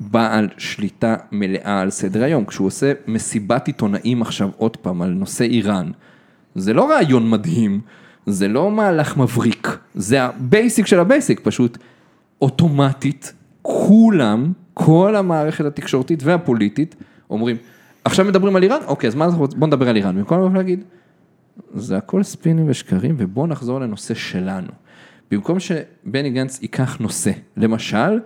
בעל שליטה מלאה על סדר היום. כשהוא עושה מסיבת עיתונאים עכשיו עוד פעם על נושא איראן, זה לא רעיון מדהים, זה לא מהלך מבריק, זה הבייסיק של הבייסיק, פשוט אוטומטית, כולם, כל המערכת התקשורתית והפוליטית, אומרים, עכשיו מדברים על איראן? אוקיי, אז מה אנחנו רוצים? בוא נדבר על איראן. במקום לבוא ולהגיד, זה הכל ספינים ושקרים, ובואו נחזור לנושא שלנו. במקום שבני גנץ ייקח נושא, למשל,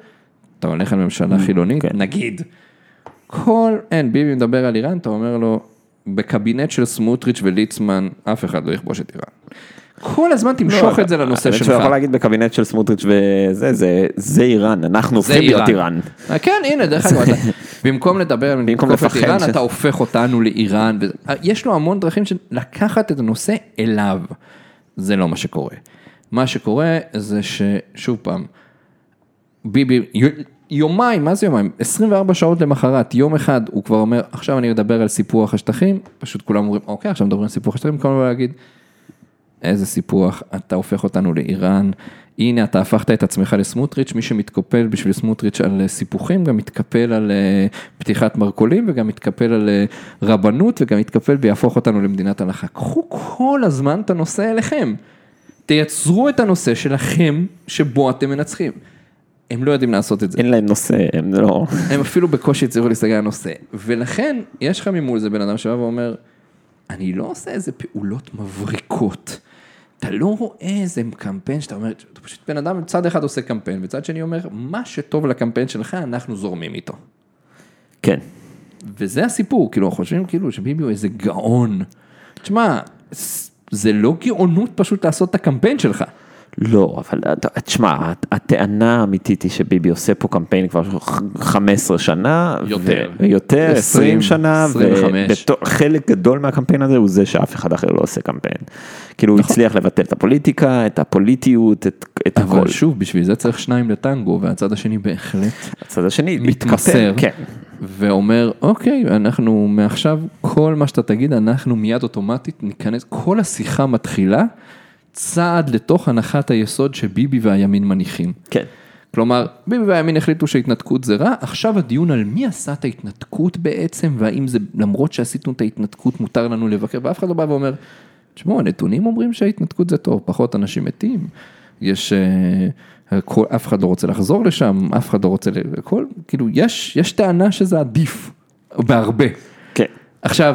אתה הולך על ממשלה חילונית, כן. נגיד, כל, אין, ביבי מדבר על איראן, אתה אומר לו, בקבינט של סמוטריץ' וליצמן, אף אחד לא יכבוש את איראן. כל הזמן תמשוך את זה לנושא לא, האמת שלך. שהוא יכול להגיד בקבינט של סמוטריץ' וזה, זה, זה איראן, אנחנו זה הופכים להיות איראן. אה, כן, הנה, דרך אגב, <laughs> אתה- במקום לדבר על במקום לתקוף את לפחד איראן, ש- אתה הופך אותנו לאיראן. וזה- אה, יש לו המון דרכים של לקחת את הנושא אליו. זה לא מה שקורה. מה שקורה זה ששוב פעם, ביבי, יו- יומיים, מה זה יומיים? 24 שעות למחרת, יום אחד הוא כבר אומר, עכשיו אני מדבר על סיפוח השטחים, פשוט כולם אומרים, אוקיי, עכשיו מדברים על סיפוח השטחים, במקום לבוא להגיד, איזה סיפוח, אתה הופך אותנו לאיראן, הנה אתה הפכת את עצמך לסמוטריץ', מי שמתקפל בשביל סמוטריץ' על אה, סיפוחים, גם מתקפל על אה, פתיחת מרכולים, וגם מתקפל על אה, רבנות, וגם מתקפל ויהפוך אותנו למדינת הלכה. קחו כל הזמן את הנושא אליכם, תייצרו את הנושא שלכם, שבו אתם מנצחים. הם לא יודעים לעשות את זה. אין להם נושא, הם לא... הם אפילו בקושי הצליחו להסתכל על הנושא. ולכן, יש לך ממול איזה בן אדם שבא ואומר, אני לא עושה איזה פעולות מבריקות. אתה לא רואה איזה קמפיין שאתה אומר, אתה פשוט בן אדם, צד אחד עושה קמפיין, וצד שני אומר, מה שטוב לקמפיין שלך, אנחנו זורמים איתו. כן. וזה הסיפור, כאילו, אנחנו חושבים כאילו שביבי הוא איזה גאון. תשמע, ס- זה לא גאונות פשוט לעשות את הקמפיין שלך. לא, אבל אתה- תשמע, הט- הטענה האמיתית היא שביבי עושה פה קמפיין כבר ח- 15 שנה. ו- יותר. יותר, 20, 20 שנה. 25. וחלק גדול מהקמפיין הזה הוא זה שאף אחד אחר לא עושה קמפיין. כאילו נכון. הוא הצליח לבטל את הפוליטיקה, את הפוליטיות, את- את הכל. אבל שוב, בשביל זה צריך שניים לטנגו, והצד השני בהחלט הצד השני מתמסר, מתקפל, כן. ואומר, אוקיי, אנחנו מעכשיו, כל מה שאתה תגיד, אנחנו מיד אוטומטית ניכנס, כל השיחה מתחילה צעד לתוך הנחת היסוד שביבי והימין מניחים. כן. כלומר, ביבי והימין החליטו שהתנתקות זה רע, עכשיו הדיון על מי עשה את ההתנתקות בעצם, והאם זה, למרות שעשינו את ההתנתקות, מותר לנו לבקר, ואף אחד לא בא ואומר, תשמעו, הנתונים אומרים שההתנתקות זה טוב, פחות אנשים מתים, יש, אה, הכל, אף אחד לא רוצה לחזור לשם, אף אחד לא רוצה, ל- הכל, כאילו, יש, יש טענה שזה עדיף, בהרבה. כן. עכשיו,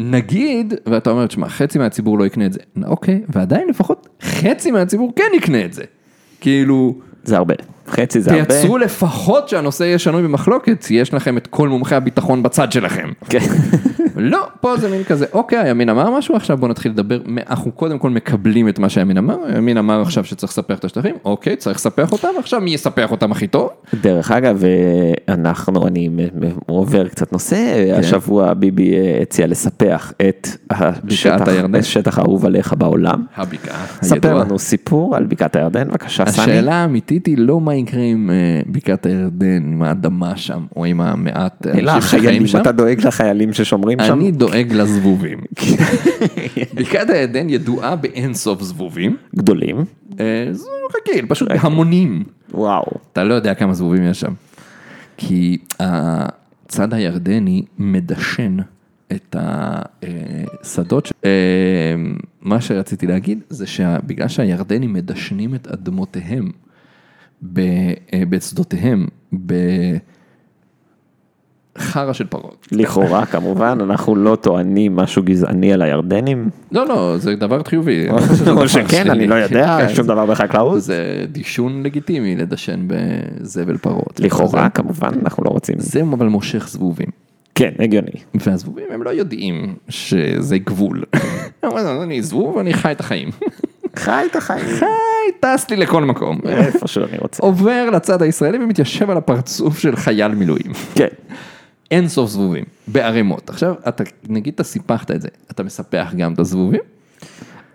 נגיד, ואתה אומר, תשמע, חצי מהציבור לא יקנה את זה, אוקיי, ועדיין לפחות חצי מהציבור כן יקנה את זה. כאילו, זה הרבה. חצי זה הרבה. תייצרו לפחות שהנושא יהיה שנוי במחלוקת, יש לכם את כל מומחי הביטחון בצד שלכם. <laughs> כן. לא, פה זה מין כזה, אוקיי, הימין אמר משהו, עכשיו בוא נתחיל לדבר, מה- אנחנו קודם כל מקבלים את מה שהימין אמר, הימין אמר עכשיו שצריך לספח את השטחים, אוקיי, צריך לספח אותם, עכשיו מי יספח אותם הכי טוב? דרך אגב, אה, אנחנו, אני מ- מ- עובר קצת נושא, אה, השבוע ביבי אה, הציע לספח את השטח, הירדן. השטח האהוב עליך בעולם. הבקעה ספר הידועה. לנו סיפור על בקעת הירדן, בבקשה, סני. השאלה האמיתית היא לא מה יקרה עם אה, בקעת הירדן, עם האדמה שם, או עם המעט אלא אנשים החיילים, שחיים שם. אתה דואג לחיילים ששומרים שם? כן. אני דואג <laughs> לזבובים. בקעת הירדן ידועה באינסוף זבובים, גדולים. אה, זה רגיל, פשוט המונים. וואו. אתה לא יודע כמה זבובים יש שם. כי אה, הצד הירדני מדשן את השדות. ש- אה, מה שרציתי להגיד זה שבגלל שהירדנים מדשנים את אדמותיהם, ב- אה, ואת שדותיהם, בחרא של פרות. <laughs> לכאורה, כמובן, אנחנו לא טוענים משהו גזעני על הירדנים. לא, לא, זה דבר <laughs> חיובי. או שכן, אני לא יודע, כן, שום דבר בחקלאות. זה דישון לגיטימי לדשן בזבל פרות. לכאורה, זה- כמובן, אנחנו לא רוצים. זה אבל מושך זבובים. כן, הגיוני. והזבובים הם לא יודעים שזה גבול. <laughs> הם אומרים, אני זבוב, אני חי את החיים. <laughs> חי את החיים. היי, טס לי לכל מקום. איפה שאני רוצה. עובר לצד הישראלי ומתיישב על הפרצוף של חייל מילואים. כן. אין סוף זבובים, בערימות. עכשיו, אתה, נגיד אתה סיפחת את זה, אתה מספח גם את הזבובים?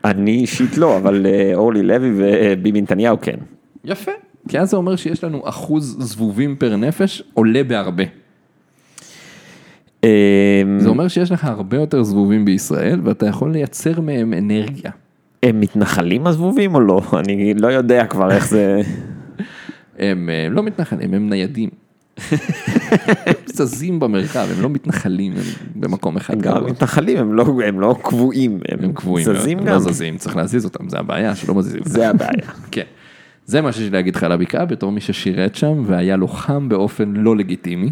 אני אישית לא, אבל אה, אורלי לוי וביבי נתניהו כן. יפה. כי אז זה אומר שיש לנו אחוז זבובים פר נפש עולה בהרבה. אה, זה אומר שיש לך הרבה יותר זבובים בישראל ואתה יכול לייצר מהם אנרגיה. הם מתנחלים הזבובים או לא? אני לא יודע כבר איך זה... הם אה, לא מתנחלים, הם <laughs> ניידים. הם זזים במרחב, הם לא מתנחלים הם במקום אחד. הם גם קבוע. מתנחלים, הם לא- הם לא קבועים. הם קבועים, זזים מאוד, גם. הם לא זזים, צריך להזיז אותם, זה הבעיה שלא מזיזים. זה הבעיה. <laughs> כן. זה מה שיש לי להגיד לך על הבקעה, בתור מי ששירת שם והיה לוחם באופן לא לגיטימי.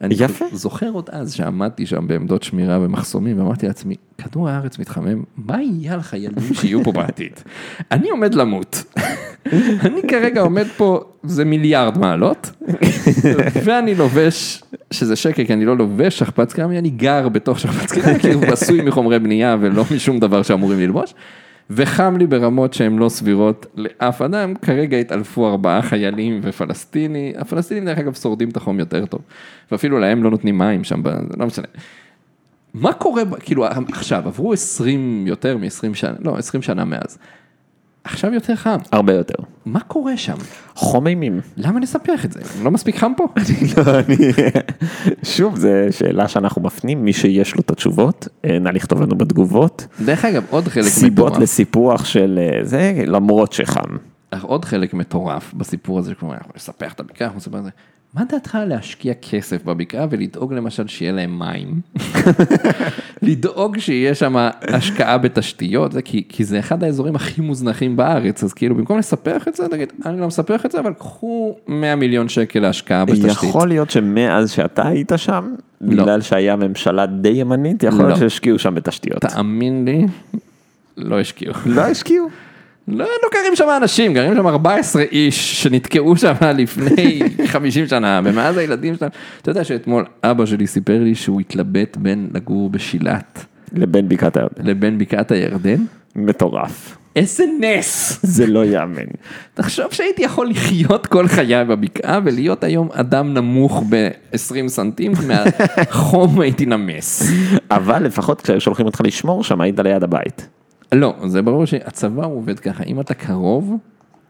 אני יפה. זוכר עוד אז שעמדתי שם בעמדות שמירה ומחסומים ואמרתי לעצמי, כדור הארץ מתחמם, מה יהיה על חיילים שיהיו פה בעתיד? <laughs> אני עומד למות. <laughs> אני כרגע עומד פה, זה מיליארד מעלות, ואני לובש, שזה שקר, כי אני לא לובש שכפ"ץ קרמי, אני גר בתוך שכפ"ץ קרמי, כי הוא עשוי מחומרי בנייה ולא משום דבר שאמורים ללבוש, וחם לי ברמות שהן לא סבירות לאף אדם, כרגע התעלפו ארבעה חיילים ופלסטיני, הפלסטינים דרך אגב שורדים את החום יותר טוב, ואפילו להם לא נותנים מים שם, ב- זה לא משנה. מה קורה, ב- כאילו עכשיו, עברו 20, יותר מ-20 שנה, לא, 20 שנה מאז. עכשיו יותר חם, הרבה יותר. מה קורה שם? חום אימים. למה לספח את זה? לא מספיק חם פה? לא, אני- שוב, זו שאלה שאנחנו מפנים, מי שיש לו את התשובות, אה, נא לכתוב לנו בתגובות. דרך אגב, עוד חלק סיבות מטורף, לסיפוח של אה, זה, למרות שחם. עוד חלק מטורף בסיפור הזה, כלומר, אנחנו נספח את הבקעה, אנחנו נספח את זה. מה דעתך להשקיע כסף בבקעה ולדאוג למשל שיהיה להם מים? <laughs> לדאוג שיהיה שם השקעה בתשתיות, זה כי, כי זה אחד האזורים הכי מוזנחים בארץ, אז כאילו במקום לספח את זה, נגיד, אני לא מספח את זה, אבל קחו 100 מיליון שקל להשקעה בתשתית. יכול להיות שמאז שאתה היית שם, בגלל שהיה ממשלה די ימנית, יכול להיות לא. שהשקיעו שם בתשתיות. תאמין לי, לא השקיעו. לא השקיעו. לא, לא גרים שם אנשים, גרים שם 14 איש שנתקעו שם <laughs> לפני 50 שנה, ומאז הילדים שלהם, אתה יודע שאתמול אבא שלי סיפר לי שהוא התלבט בין לגור בשילת לבין בקעת הירדן. לבין בקעת הירדן, מטורף. איזה נס! זה לא יאמן. תחשוב שהייתי יכול לחיות כל חיי בבקעה ולהיות היום אדם נמוך ב-20 סנטים, מהחום הייתי נמס. אבל לפחות כששולחים אותך לשמור שם, היית ליד הבית. לא, זה ברור שהצבא הוא עובד ככה, אם אתה קרוב,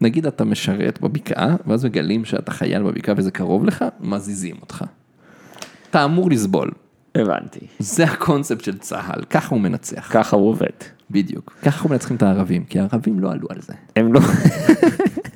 נגיד אתה משרת בבקעה, ואז מגלים שאתה חייל בבקעה וזה קרוב לך, מזיזים אותך. אתה אמור לסבול, הבנתי. זה הקונספט של צה"ל, ככה הוא מנצח, ככה הוא עובד. בדיוק. ככה הוא מנצחים את הערבים, כי הערבים לא עלו על זה. הם לא...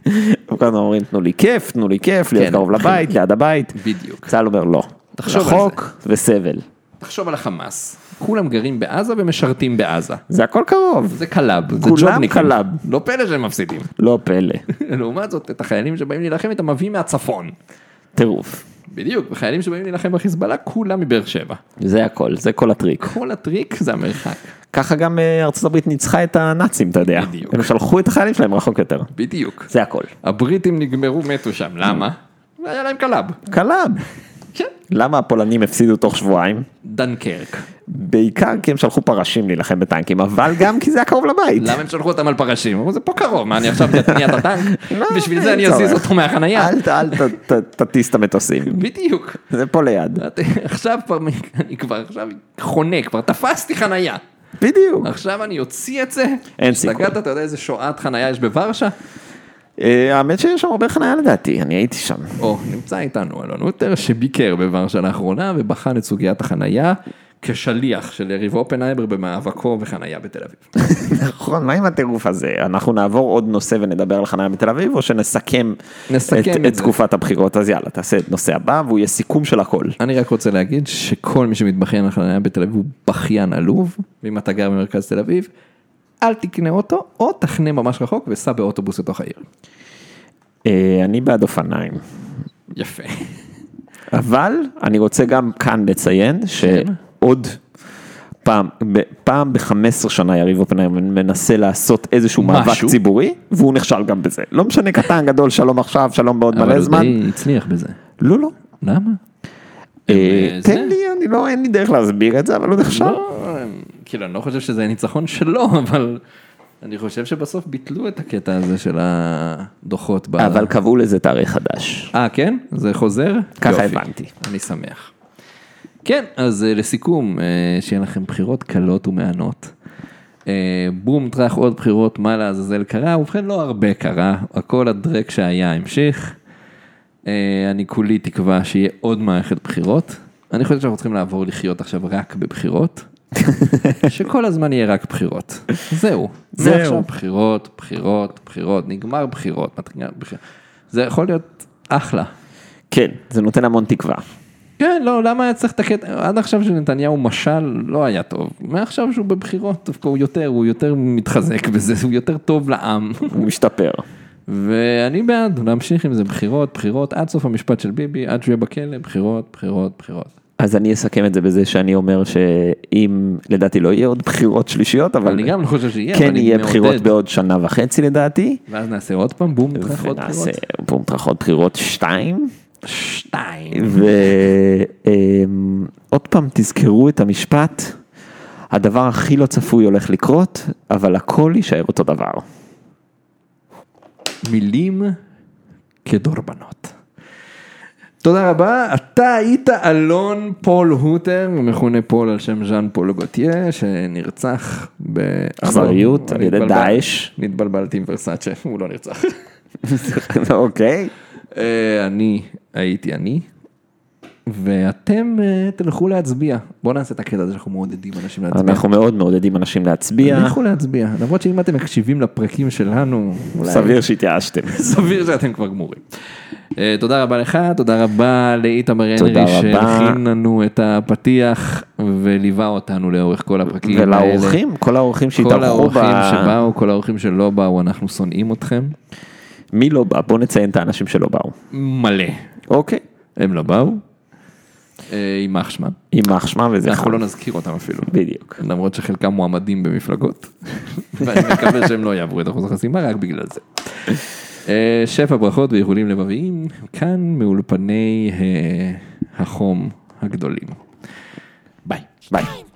הם כל הזמן אומרים, תנו לי כיף, תנו לי כיף, להיות כן, קרוב מתחיל- לבית, ליד הבית. בדיוק. צה"ל אומר לא. תחשוב על זה. רחוק וסבל. תחשוב על החמאס, כולם גרים בעזה ומשרתים בעזה. זה הכל קרוב. זה קלאב, זה כולם ג'ובניקים. קלאב. לא פלא שהם מפסידים. <laughs> לא פלא. לעומת זאת, את החיילים שבאים להילחם, אתה מביא מהצפון. טירוף. בדיוק, וחיילים שבאים להילחם בחיזבאללה, כולם מבאר שבע. זה הכל, זה כל הטריק. כל הטריק זה המרחק. ככה גם אה, ארצות הברית ניצחה את הנאצים, אתה יודע. בדיוק. הם שלחו את החיילים שלהם רחוק יותר. בדיוק. זה הכל. הבריטים נגמרו, מתו שם, למה? והיה להם קלאב. קלאב. כן. למה הפולנים הפסידו תוך שבועיים? דנקרק. בעיקר כי הם שלחו פרשים להילחם בטנקים, אבל גם כי זה היה קרוב לבית. למה הם שלחו אותם על פרשים? אמרו, זה פה קרוב, מה, אני עכשיו אתניע את הטנק? <laughs> לא, בשביל אין זה אני אזיז צורך. אותו מהחנייה. אל ת- אל ת- ת- תטיס את המטוסים, בדיוק. זה פה ליד. את- עכשיו כבר, אני כבר עכשיו חונה, כבר תפסתי חנייה. בדיוק. עכשיו אני אוציא את זה. אין סיכוי. הסתכלת, אתה יודע איזה שואת חנייה יש בוורשה? אה, האמת שיש שם הרבה חניה לדעתי, אני הייתי שם. או, נמצא איתנו אלון אוטר, שביקר בוורשה לאחרונה ובחן את סוגיית החנייה כשליח של יריב אופנהייבר במאבקו בחנייה בתל אביב. נכון, מה עם הטירוף הזה? אנחנו נעבור עוד נושא ונדבר על חניה בתל אביב, או שנסכם נסכם את, את את זה. תקופת הבחירות? אז יאללה, תעשה את נושא הבא, והוא יהיה סיכום של הכל. אני רק רוצה להגיד שכל מי שמתבכיין על חנייה בתל אביב הוא בכיין עלוב, ואם אתה גר במרכז תל אביב, אל תקנה אותו, או תחנה ממש רחוק וסע באוטובוס לתוך העיר. אה, אני בעד אופניים, יפה. אבל אני רוצה גם כאן כן. לציין שעוד פעם, ב- פעם ב-15 שנה יריב אופנהיים מנסה לעשות איזשהו מאבק משהו. ציבורי, והוא נכשל גם בזה. לא משנה קטן, גדול, שלום עכשיו, שלום בעוד אבל מלא הוא זמן. די הצליח בזה. לא, לא. למה? אה, אה, זה? תן לי, אני לא, אין לי דרך להסביר את זה, אבל הוא נכשל. לא, כאילו, אני לא חושב שזה ניצחון שלו, אבל אני חושב שבסוף ביטלו את הקטע הזה של הדוחות. ב- אבל קבעו לזה תאריך חדש. אה, כן? זה חוזר? ככה יופי. הבנתי. אני שמח. כן, אז אה, לסיכום, אה, שיהיה לכם בחירות קלות ומהנות. אה, בום, טראח עוד בחירות, מה לעזאזל קרה? ובכן, לא הרבה קרה, הכל הדרק שהיה המשיך. אה, אני כולי תקווה שיהיה עוד מערכת בחירות. אני חושב שאנחנו צריכים לעבור לחיות עכשיו רק <laughs> בבחירות. שכל הזמן יהיה רק בחירות. זהו. זהו. מעכשיו בחירות, בחירות, בחירות, נגמר בחירות. מתחיל בחירות. זה יכול להיות אחלה. כן, זה נותן המון תקווה. כן, לא, למה היה צריך את הקטע? עד עכשיו שנתניהו משל לא היה טוב. מעכשיו שהוא בבחירות, דווקא הוא יותר, הוא יותר מתחזק בזה, הוא יותר טוב לעם. <laughs> הוא משתפר. ואני בעד להמשיך עם זה בחירות, בחירות, עד סוף המשפט של ביבי, עד שהוא יהיה בכלא, בחירות, בחירות, בחירות. אז אני אסכם את זה בזה שאני אומר שאם, לדעתי לא יהיה עוד בחירות שלישיות, אבל אני גם לא חושב שיהיה, אבל כן אני יהיה מעודד. בחירות בעוד שנה וחצי לדעתי. ואז נעשה עוד פעם בום, נצטרך עוד ונעשה בחירות. בום טרחות בחירות שתיים. שתיים. ועוד אמ, פעם תזכרו את המשפט, הדבר הכי לא צפוי הולך לקרות, אבל הכל יישאר אותו <laughs> דבר. מילים כדורבנות. תודה רבה, אתה היית אלון פול הוטר, מכונה פול על שם ז'אן פול גוטייה, שנרצח אכזריות, על ידי אני התבלבל- דאעש. נתבלבלתי עם ורסאצ'ה, הוא לא נרצח. אוקיי. אה, אני הייתי אני, ואתם אה, תלכו להצביע. בואו נעשה את הקטע הזה שאנחנו מעודדים אנשים להצביע. אנחנו מאוד מעודדים אנשים להצביע. תלכו להצביע, למרות שאם אתם מקשיבים לפרקים שלנו, אולי- סביר שהתייאשתם. סביר שאתם כבר גמורים. אה, תודה רבה לך, תודה רבה לאיתמר תודה הנרי רבה. שהכין לנו את הפתיח וליווה אותנו לאורך כל הפרקים האלה. ולאורחים, כל האורחים כאילו, כל שהתארחו האורחים ב... שבאו, כל האורחים שלא באו, אנחנו שונאים אתכם. מי לא בא? בוא נציין את האנשים שלא באו. מלא. אוקיי. הם לא באו. אה, יימח שמם. יימח שמם וזה אנחנו חם. לא נזכיר אותם אפילו. בדיוק. למרות שחלקם מועמדים במפלגות. <laughs> ואני מקווה שהם לא יעברו את אחוז החסימה רק בגלל זה. אה, שפע ברכות ואיחולים לבביים, כאן מאולפני אה, החום הגדולים. ביי. ביי.